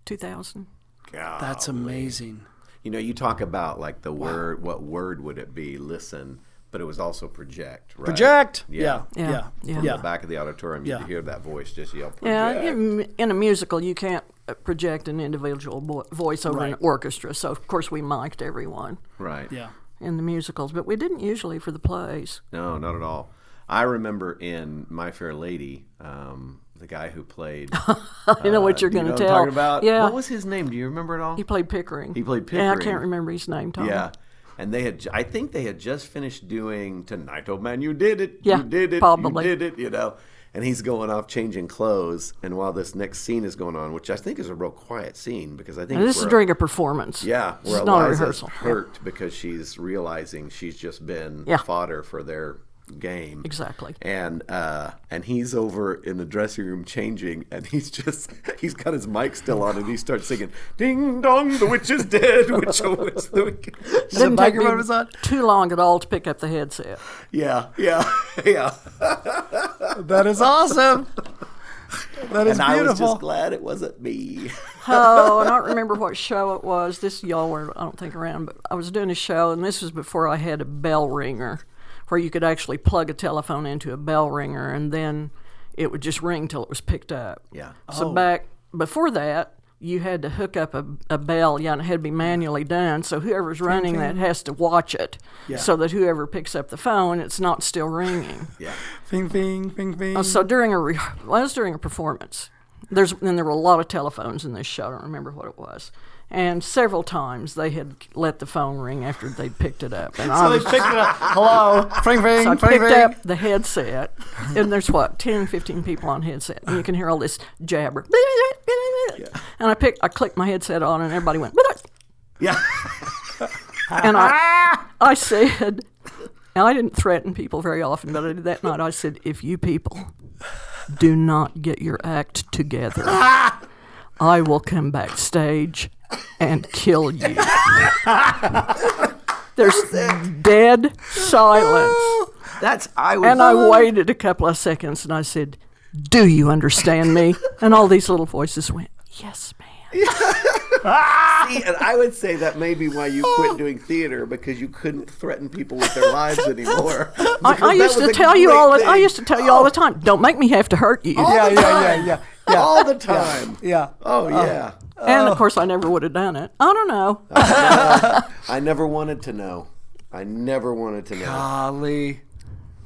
D: 2000.
C: God.
E: that's amazing
C: You know, you talk about like the word, what word would it be? Listen, but it was also project, right?
E: project yeah
C: Yeah.
E: yeah yeah,
D: Yeah.
C: From the back of the auditorium, you
E: Yeah.
C: could hear that voice just yell,
D: Yeah,
C: project.
D: in, in a musical you can't uh, project an individual vo- voice over an
E: Right.
D: orchestra, so of course we mic'd everyone
C: Right.
E: yeah.
D: in the musicals, but we didn't usually for the <laughs> plays.
C: No, not at all. I remember in My Fair Lady, um, the guy who played.
D: I know what you're
C: Uh, you
D: going
C: know what
D: to
C: I'm
D: tell.
C: talking about?
D: Yeah.
C: What was his name? Do you remember it all?
D: he played Pickering.
C: He played
D: Yeah, I
C: Pickering.
D: can't remember his name, Tom.
C: Yeah. And they had, ju- I think they had just finished doing Tonight, Oh Man, You Did It.
D: Yeah,
C: You Did It.
D: probably.
C: You Did It, you know. And he's going off changing clothes. And while this next scene is going on, which I think is a real quiet scene because I think
D: And
C: it's
D: this is
C: where-
D: during a performance.
C: Yeah,
D: This
C: where
D: is not a
C: Eliza's
D: rehearsal. Yeah.
C: hurt because she's realizing she's just been
D: Yeah.
C: fodder for their game.
D: Exactly.
C: And uh, and he's over in the dressing room changing, and he's just <laughs> he's got his mic still on, and he starts singing, "Ding dong, the witch is dead, <laughs> witch oh witch the witch."
E: The
D: Didn't take me
E: microphone was on.
D: too long at all to pick up the headset.
C: Yeah, yeah, <laughs> yeah.
E: That is awesome. <laughs> That is
C: And I was
E: beautiful.
C: just glad it wasn't me. <laughs>
D: Oh, and I don't remember what show it was. This y'all were, I don't think, around, but I was doing a show, and this was before I had a bell ringer, where you could actually plug a telephone into a bell ringer, and then it would just ring till it was picked up.
C: Yeah. Oh.
D: So back before that, you had to hook up a, a bell, yeah, and it had to be manually done. So whoever's running that has to watch it, so that whoever picks up the phone, it's not still ringing.
C: Yeah.
E: Ping, ping, ping, ping.
D: So during a re- well, it was during a performance. There's and there were a lot of telephones in this show. I don't remember what it was. And several times they had let the phone ring after they picked it up, and I,
E: So Oh, they
D: was,
E: picked it up. Hello. Ping, ping,
D: I
E: ping,
D: picked
E: ping.
D: up the headset. And there's what 10, 15 people on headset, and you can hear all this
E: <laughs>
D: jabber. And I picked, I clicked my headset on, and everybody went.
C: Yeah.
D: And I, I said, and I didn't threaten people very often, but I did that night. I said, if you people do not get your act together, I will come backstage and kill you. There's dead silence.
C: That's I was.
D: And I waited a couple of seconds and I said, Do you understand me? And all these little voices went, Yes, ma'am.
C: See, and I would say that may be why you
D: Oh.
C: quit doing theater because you couldn't threaten people with their
D: <laughs>
C: lives anymore.
D: I, I used to tell you all the, I used to tell you all the time, don't make me have to hurt you.
E: Yeah, yeah, yeah, yeah, yeah,
C: all
D: <laughs>
C: the time.
E: yeah.
C: Oh yeah.
D: And of course, I never would have done it. I don't know.
C: I never wanted to know. I never wanted to know.
E: Golly,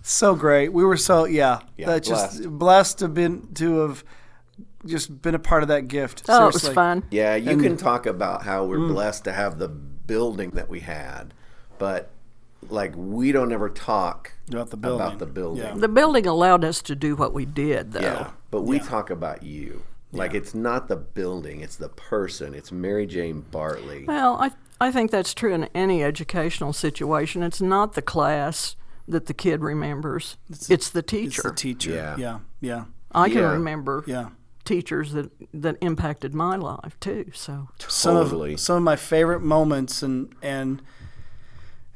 E: so great. We were so yeah.
C: Yeah,
E: that just
C: blessed.
E: blessed. to been to have just been a part of that gift.
D: oh, it
E: Seriously.
D: was fun.
C: Yeah, you can talk about how we're
D: Mm.
C: blessed to have the building that we had, but like we don't ever talk
E: About the building.
C: About the building.
E: Yeah.
D: The building allowed us to do what we did, though.
C: Yeah, but we talk about you. Like it's not the building, it's the person. It's Mary Jane Bartley.
D: Well, I I think that's true in any educational situation. It's not the class that the kid remembers; it's, the
E: It's
D: teacher.
E: the teacher.
C: Yeah.
E: Yeah, yeah, yeah.
D: I can
C: Yeah.
D: remember teachers that that impacted my life too. So
E: Some
C: Totally.
E: of some of my favorite moments, and and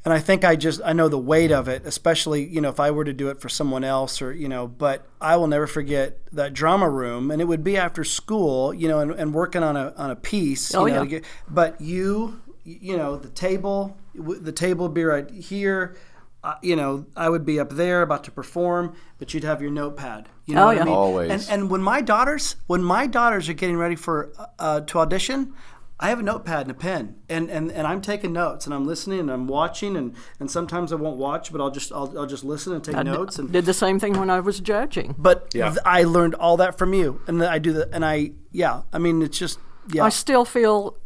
E: and I think I just I know the weight of it, especially you know if I were to do it for someone else or you know. But I will never forget that drama room, and it would be after school, you know, and, and working on a on a piece.
D: Oh,
E: you know,
D: yeah.
E: to get, but you you know the table w- the table would be right here. Uh, you know, I would be up there about to perform, but you'd have your notepad. You know
D: Oh,
E: what
D: yeah.
E: I mean?
C: Always.
E: And, and when my daughters, when my daughters are getting ready for uh, to audition, I have a notepad and a pen, and, and, and I'm taking notes, and I'm listening, and I'm watching, and, and sometimes I won't watch, but I'll just I'll, I'll just listen and take
D: I d-
E: notes. And
D: did the same thing when I was judging.
E: but
C: Yeah.
E: th- I learned all that from you, and I do that, and I yeah, I mean it's just yeah,
D: I still feel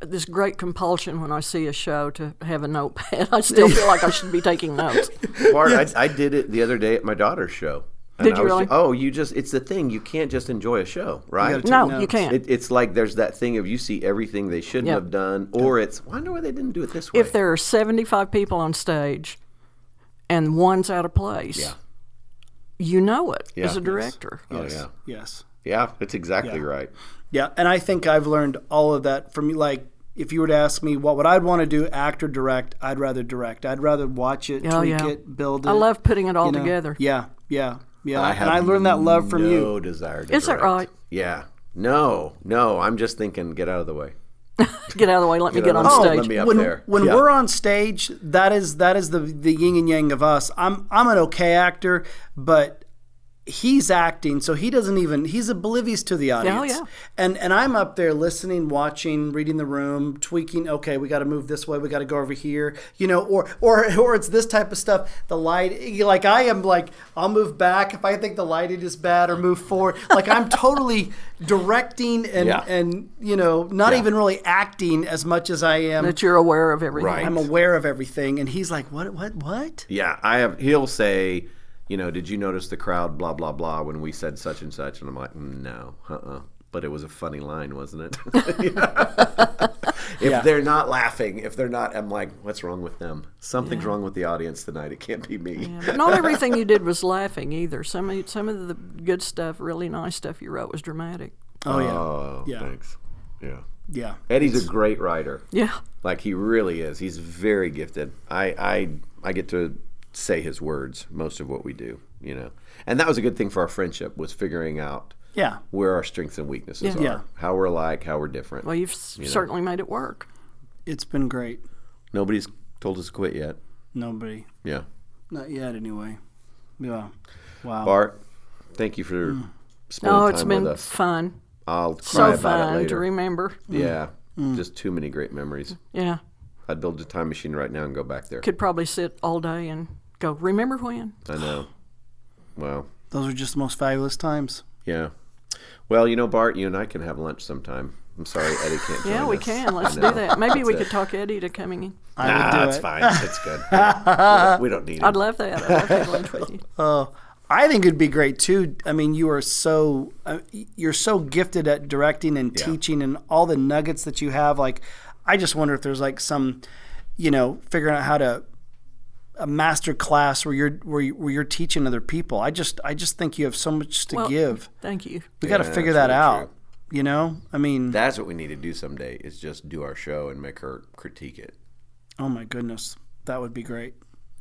D: this great compulsion when I see a show to have a notepad. <laughs> I still feel like I should be taking notes.
C: Bart, I, I did it the other day at my daughter's show. And
D: Did
C: I
D: you
C: was-
D: really?
C: oh, you just, it's the thing. You can't just enjoy a show, right?
E: take
D: No, you
E: notes.
D: can't.
C: It, it's like there's that thing of you see everything they shouldn't
D: Yeah.
C: have done, or it's, well, I wonder why they didn't do it this way.
D: if there are 75 people on stage and one's out of place,
C: Yeah.
D: you know it
C: Yeah.
D: as a director.
C: oh, yeah.
E: yes.
C: Yeah, that's exactly right.
E: Yeah, and I think I've learned all of that from you. Like, if you were to ask me what would I want to do, act or direct, I'd rather direct. I'd rather watch it,
D: Oh,
E: tweak
D: yeah.
E: it, build it.
D: I love putting it all
E: you know?
D: together.
E: Yeah, yeah, yeah.
C: I have
E: and I learned that love from you.
C: No desire to
D: Is that
C: direct.
D: right?
C: Yeah. No, no. I'm just thinking, get out of the way.
D: Get out of the way. Let me get
C: out
D: on
C: of the way. Oh,
D: stage.
C: Let me up
E: when
C: there.
E: when
C: Yeah.
E: we're on stage, that is that is the the yin and yang of us. I'm I'm an okay actor, but he's acting, so he doesn't even he's oblivious to the audience.
D: yeah.
E: And and I'm up there listening, watching, reading the room, tweaking. Okay, we got to move this way. We got to go over here. You know, or or or it's this type of stuff. The light, like I am, like I'll move back if I think the lighting is bad, or move forward. Like I'm totally directing and
C: Yeah.
E: and you know not even really acting as much as I am.
D: That you're aware of everything.
C: Right.
E: I'm aware of everything, and he's like, what, what, what?
C: Yeah, I have. He'll say, you know, did you notice the crowd? Blah blah blah. When we said such and such, and I'm like, "Mm, no, uh, uh But it was a funny line, wasn't it? <laughs> if they're not laughing, if they're not, I'm like, what's wrong with them? Something's wrong with the audience tonight. It can't be me.
D: Yeah, but not everything you did was laughing either. Some of, some of the good stuff, really nice stuff you wrote was dramatic.
E: Oh yeah,
C: Oh,
E: Yeah.
C: thanks. Yeah.
E: yeah.
C: Eddie's a great writer.
D: Yeah.
C: Like he really is. He's very gifted. I I I get to say his words most of what we do, you know. And that was a good thing for our friendship was figuring out
E: Yeah.
C: where our strengths and weaknesses
D: Yeah.
C: are,
E: Yeah.
C: how we're alike, how we're different.
D: Well, you've s certainly made it work.
E: It's been great.
C: Nobody's told us to quit yet.
E: Nobody,
C: Yeah.
E: not yet anyway. Yeah. Wow. Mm.
C: Bart, thank you for spending
D: Oh,
C: time
D: it's been
C: with us.
D: fun.
C: I'll cry
D: So
C: about it
D: fun
C: later.
D: to remember.
C: yeah.
E: Mm.
C: Just too many great memories.
D: Yeah.
C: I'd build a time machine right now and go back there.
D: Could probably sit all day and go, remember when?
C: I know. Wow.
E: Those are just the most fabulous times.
C: Yeah. Well, you know, Bart, you and I can have lunch sometime. I'm sorry, Eddie can't.
D: Yeah,
C: join
D: we
C: us.
D: can. Let's
C: I
D: do
C: know.
D: that. Maybe we
C: That's
D: could
C: it.
D: talk Eddie to coming in.
E: I
C: Nah,
E: would do
C: it's
E: it. <laughs>
C: fine. It's good. We don't- we don't need it.
D: I'd love that. I'd love to
C: <laughs>
D: have lunch with you.
E: Oh, I think it'd be great too. I mean, you are so uh, you're so gifted at directing and
C: Yeah.
E: teaching and all the nuggets that you have. Like, I just wonder if there's like some, you know, figuring out how to a master class where you're where, you, where you're teaching other people. I just I just think you have so much to
D: Well,
E: give.
D: Thank you.
E: We got to
C: Yeah,
E: figure
C: that's
E: that
C: really
E: out. You know, I mean,
C: That's what we need to do someday. Is just do our show and make her critique it.
E: oh my goodness, that would be great.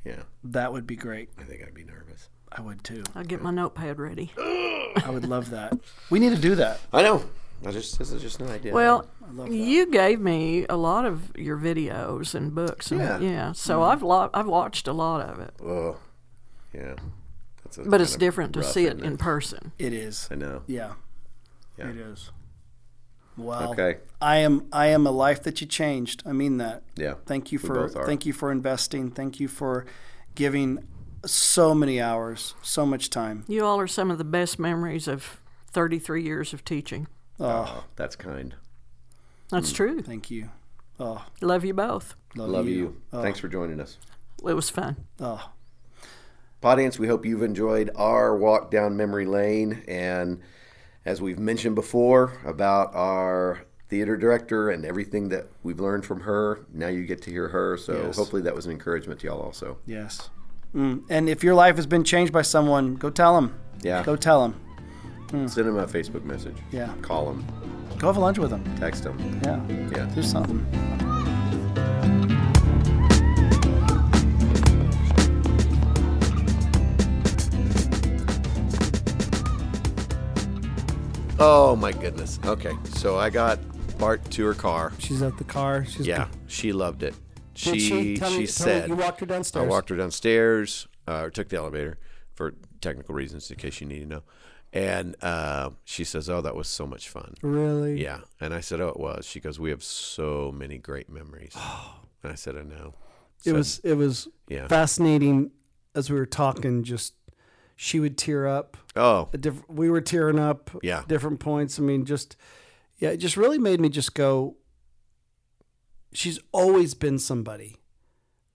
C: Yeah,
E: That would be great.
C: I think I'd be nervous.
E: I would too.
D: I'll get my notepad ready.
C: Oh,
E: I would love that. We need to do that.
C: I know. I just this is just an idea.
D: Well, you gave me a lot of your videos and books. And,
C: Yeah. Mm-hmm.
D: yeah. So I've lo- I've watched a lot of it,
C: oh, yeah. That's a
D: but it's
C: kind of
D: different to
C: rough,
D: see it
C: isn't
D: in person.
E: It is.
C: I know.
E: Yeah.
C: Yeah.
E: It is. Well,
C: Okay.
E: I am I am a life that you changed. I mean that.
C: Yeah,
E: Thank you
C: we
E: for
C: both are.
E: thank you for investing. Thank you for giving so many hours, so much time.
D: You all are some of the best memories of 33 years of teaching.
C: Oh, that's kind. Mm.
D: That's true.
E: Thank you. Oh,
D: Love you both.
E: love,
C: Love you.
E: you.
C: Thanks for joining us.
D: It was fun.
E: Oh,
C: Audience, we hope you've enjoyed our walk down memory lane. And as we've mentioned before about our theater director and everything that we've learned from her, now you get to hear her. So
E: Yes.
C: hopefully that was an encouragement to y'all also.
E: yes. Mm. And if your life has been changed by someone, go tell them.
C: Yeah.
E: Go tell them.
C: Send them a Facebook message.
E: Hmm. Yeah.
C: Call them,
E: Go have lunch with them.
C: text them.
E: Yeah.
C: Yeah.
E: Do something.
C: Oh my goodness. Okay. So I got Bart to her car.
B: She's at the car. She's
C: Yeah, she loved it. She
B: Did she- tell me- tell
C: she
B: me
C: said
B: you walked her downstairs?
C: I walked her downstairs, uh, or took the elevator for technical reasons, in case you need to know. And uh, she says, "Oh, that was so much fun."
B: really.
C: Yeah, and I said, "Oh, it was." She goes, "We have so many
B: <gasps>
C: great memories." and I said, "I know."
B: It was it was
C: Yeah.
B: fascinating as we were talking. Just she would tear up.
C: Oh,
B: A diff- we were tearing up.
C: Yeah.
B: different points. I mean, just yeah, it just really made me just go. She's always been somebody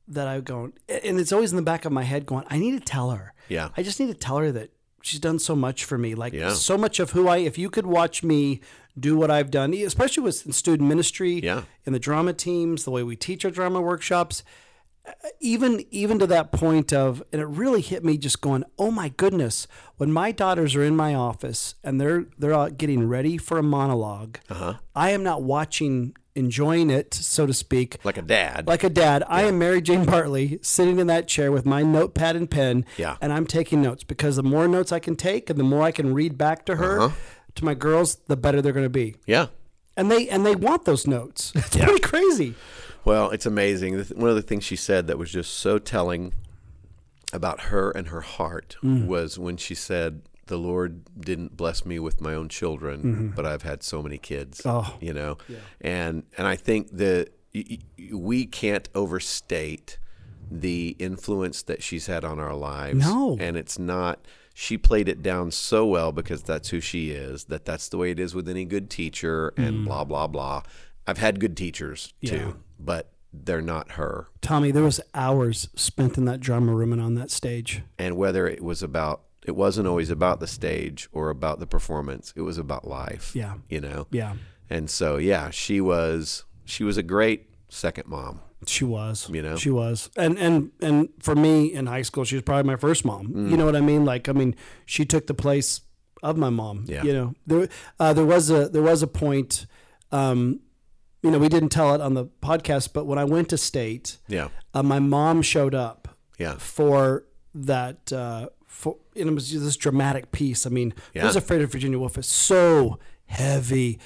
B: that I've gone, and it's always in the back of my head going, I need to tell her.
C: yeah,
B: I just need to tell her that she's done so much for me. Like
C: Yeah.
B: so much of who I. If you could watch me do what I've done, especially with in student ministry,
C: Yeah.
B: in the drama teams, the way we teach our drama workshops, uh, even even to that point of, and it really hit me just going, oh my goodness, when my daughters are in my office and they're they're out getting ready for a monolog
C: Uh-huh.
B: I am not watching, enjoying it, so to speak.
C: like a dad.
B: Like a dad, I am Mary Jane Bartley sitting in that chair with my notepad and pen,
C: Yeah.
B: and I'm taking notes because the more notes I can take and the more I can read back to her,
C: Uh-huh.
B: to my girls, the better they're going to be.
C: yeah.
B: And they and they want those notes. <laughs> It's pretty crazy.
C: Well, it's amazing. The th- One of the things she said that was just so telling about her and her heart
B: Mm.
C: was when she said, "The Lord didn't bless me with my own children, but I've had so many kids."
B: Mm-hmm. Oh.
C: you know, and and I think the y- y- y- we can't overstate the influence that she's had on our lives.
B: No.
C: and it's not. She played it down so well because that's who she is. That that's the way it is with any good teacher, and
B: Mm.
C: blah blah blah. I've had good teachers too, but they're not her.
B: Tommy, there was hours spent in that drama room and on that stage.
C: and whether it was about It wasn't always about the stage or about the performance. It was about life.
B: Yeah.
C: You know?
B: Yeah.
C: And so yeah, she was she was a great second mom.
B: She was,
C: You know?
B: she was, and and and for me in high school, she was probably my first mom.
C: Mm.
B: You know what I mean? Like, I mean, she took the place of my mom.
C: Yeah.
B: You know, there uh, there was a there was a point, um, you know, we didn't tell it on the podcast, but when I went to state,
C: Yeah.
B: uh, my mom showed up
C: Yeah.
B: for that uh, for and it was just this dramatic piece. I mean,
C: Yeah.
B: Who's Afraid of Virginia Woolf is so heavy.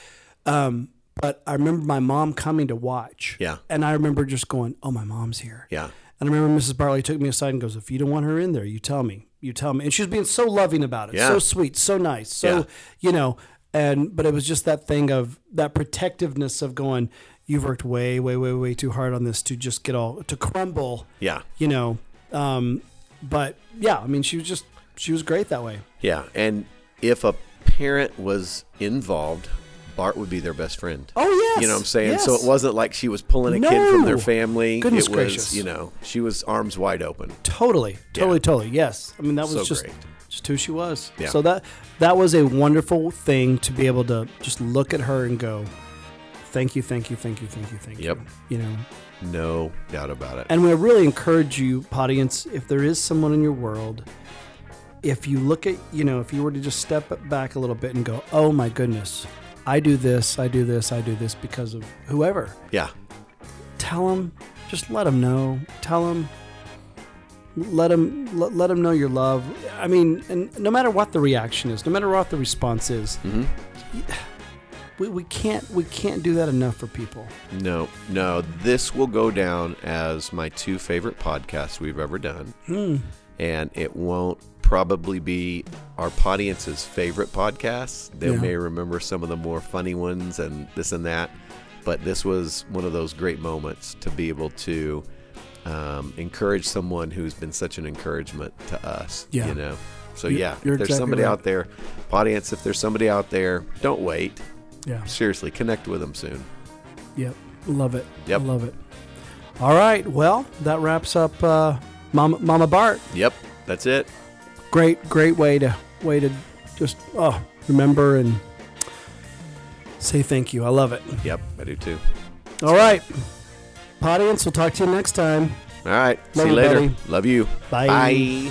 B: Um, but I remember my mom coming to watch.
C: Yeah.
B: And I remember just going, "Oh, my mom's here."
C: Yeah.
B: And I remember Mrs. Barley took me aside and goes, "If you don't want her in there, you tell me. You tell me." And she was being so loving about it,
C: Yeah.
B: so sweet, so nice, so
C: Yeah.
B: you know. And but it was just that thing of that protectiveness of going, "You've worked way, way, way, way too hard on this to just get all to crumble."
C: Yeah.
B: You know. Um, but yeah, I mean, she was just she was great that way.
C: Yeah. And if a parent was involved, Bart would be their best friend.
B: Oh, yes.
C: You know what I'm saying? So
B: Yes.
C: it wasn't like she was pulling a kid from their
B: No.
C: family.
B: Goodness
C: it was,
B: gracious.
C: you know, she was arms wide open.
B: Totally, totally, totally. Yes, I mean that was
C: So
B: just
C: great.
B: just who she was.
C: Yeah.
B: So that that was a wonderful thing to be able to just look at her and go, "Thank you, thank you, thank you, thank you, thank
C: Yep.
B: you." You know,
C: No doubt about it.
B: and we really encourage you, audience, if there is someone in your world, if you look at, you know, if you were to just step back a little bit and go, "Oh my goodness, I do this, I do this, I do this because of whoever."
C: yeah.
B: tell them just let them know tell them let them let, them know your love i mean and no matter what the reaction is no matter what the response is we, we can't we can't do that enough for people
C: No, no. This will go down as my two favorite podcasts we've ever done.
B: Hmm.
C: And it won't probably be our audience's favorite podcasts. They
B: Yeah.
C: may remember some of the more funny ones and this and that. But this was one of those great moments to be able to um, encourage someone who's been such an encouragement to us.
B: Yeah.
C: You know? So,
B: You're-
C: yeah, if
B: you're
C: there's
B: exactly
C: somebody
B: right.
C: out there, audience, if there's somebody out there, don't wait.
B: yeah
C: Seriously, connect with them soon.
B: yep love it
C: Yep.
B: love it all right well that wraps up uh, mama, mama bart
C: Yep, that's it.
B: great great way to way to just oh remember and say thank you i love it
C: Yep, I do too.
B: all right audience we'll talk to you next time
C: All right.
B: Love
C: see
B: you,
C: you later.
B: buddy.
C: Love you.
B: Bye.
C: Bye.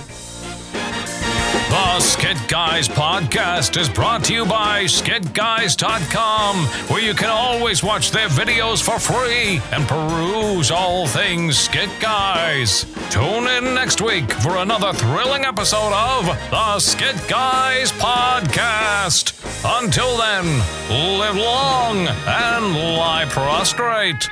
A: The Skit Guys podcast is brought to you by skitguys.com, where you can always watch their videos for free and peruse all things Skit Guys. Tune in next week for another thrilling episode of The Skit Guys podcast. Until then, live long and lie prostrate.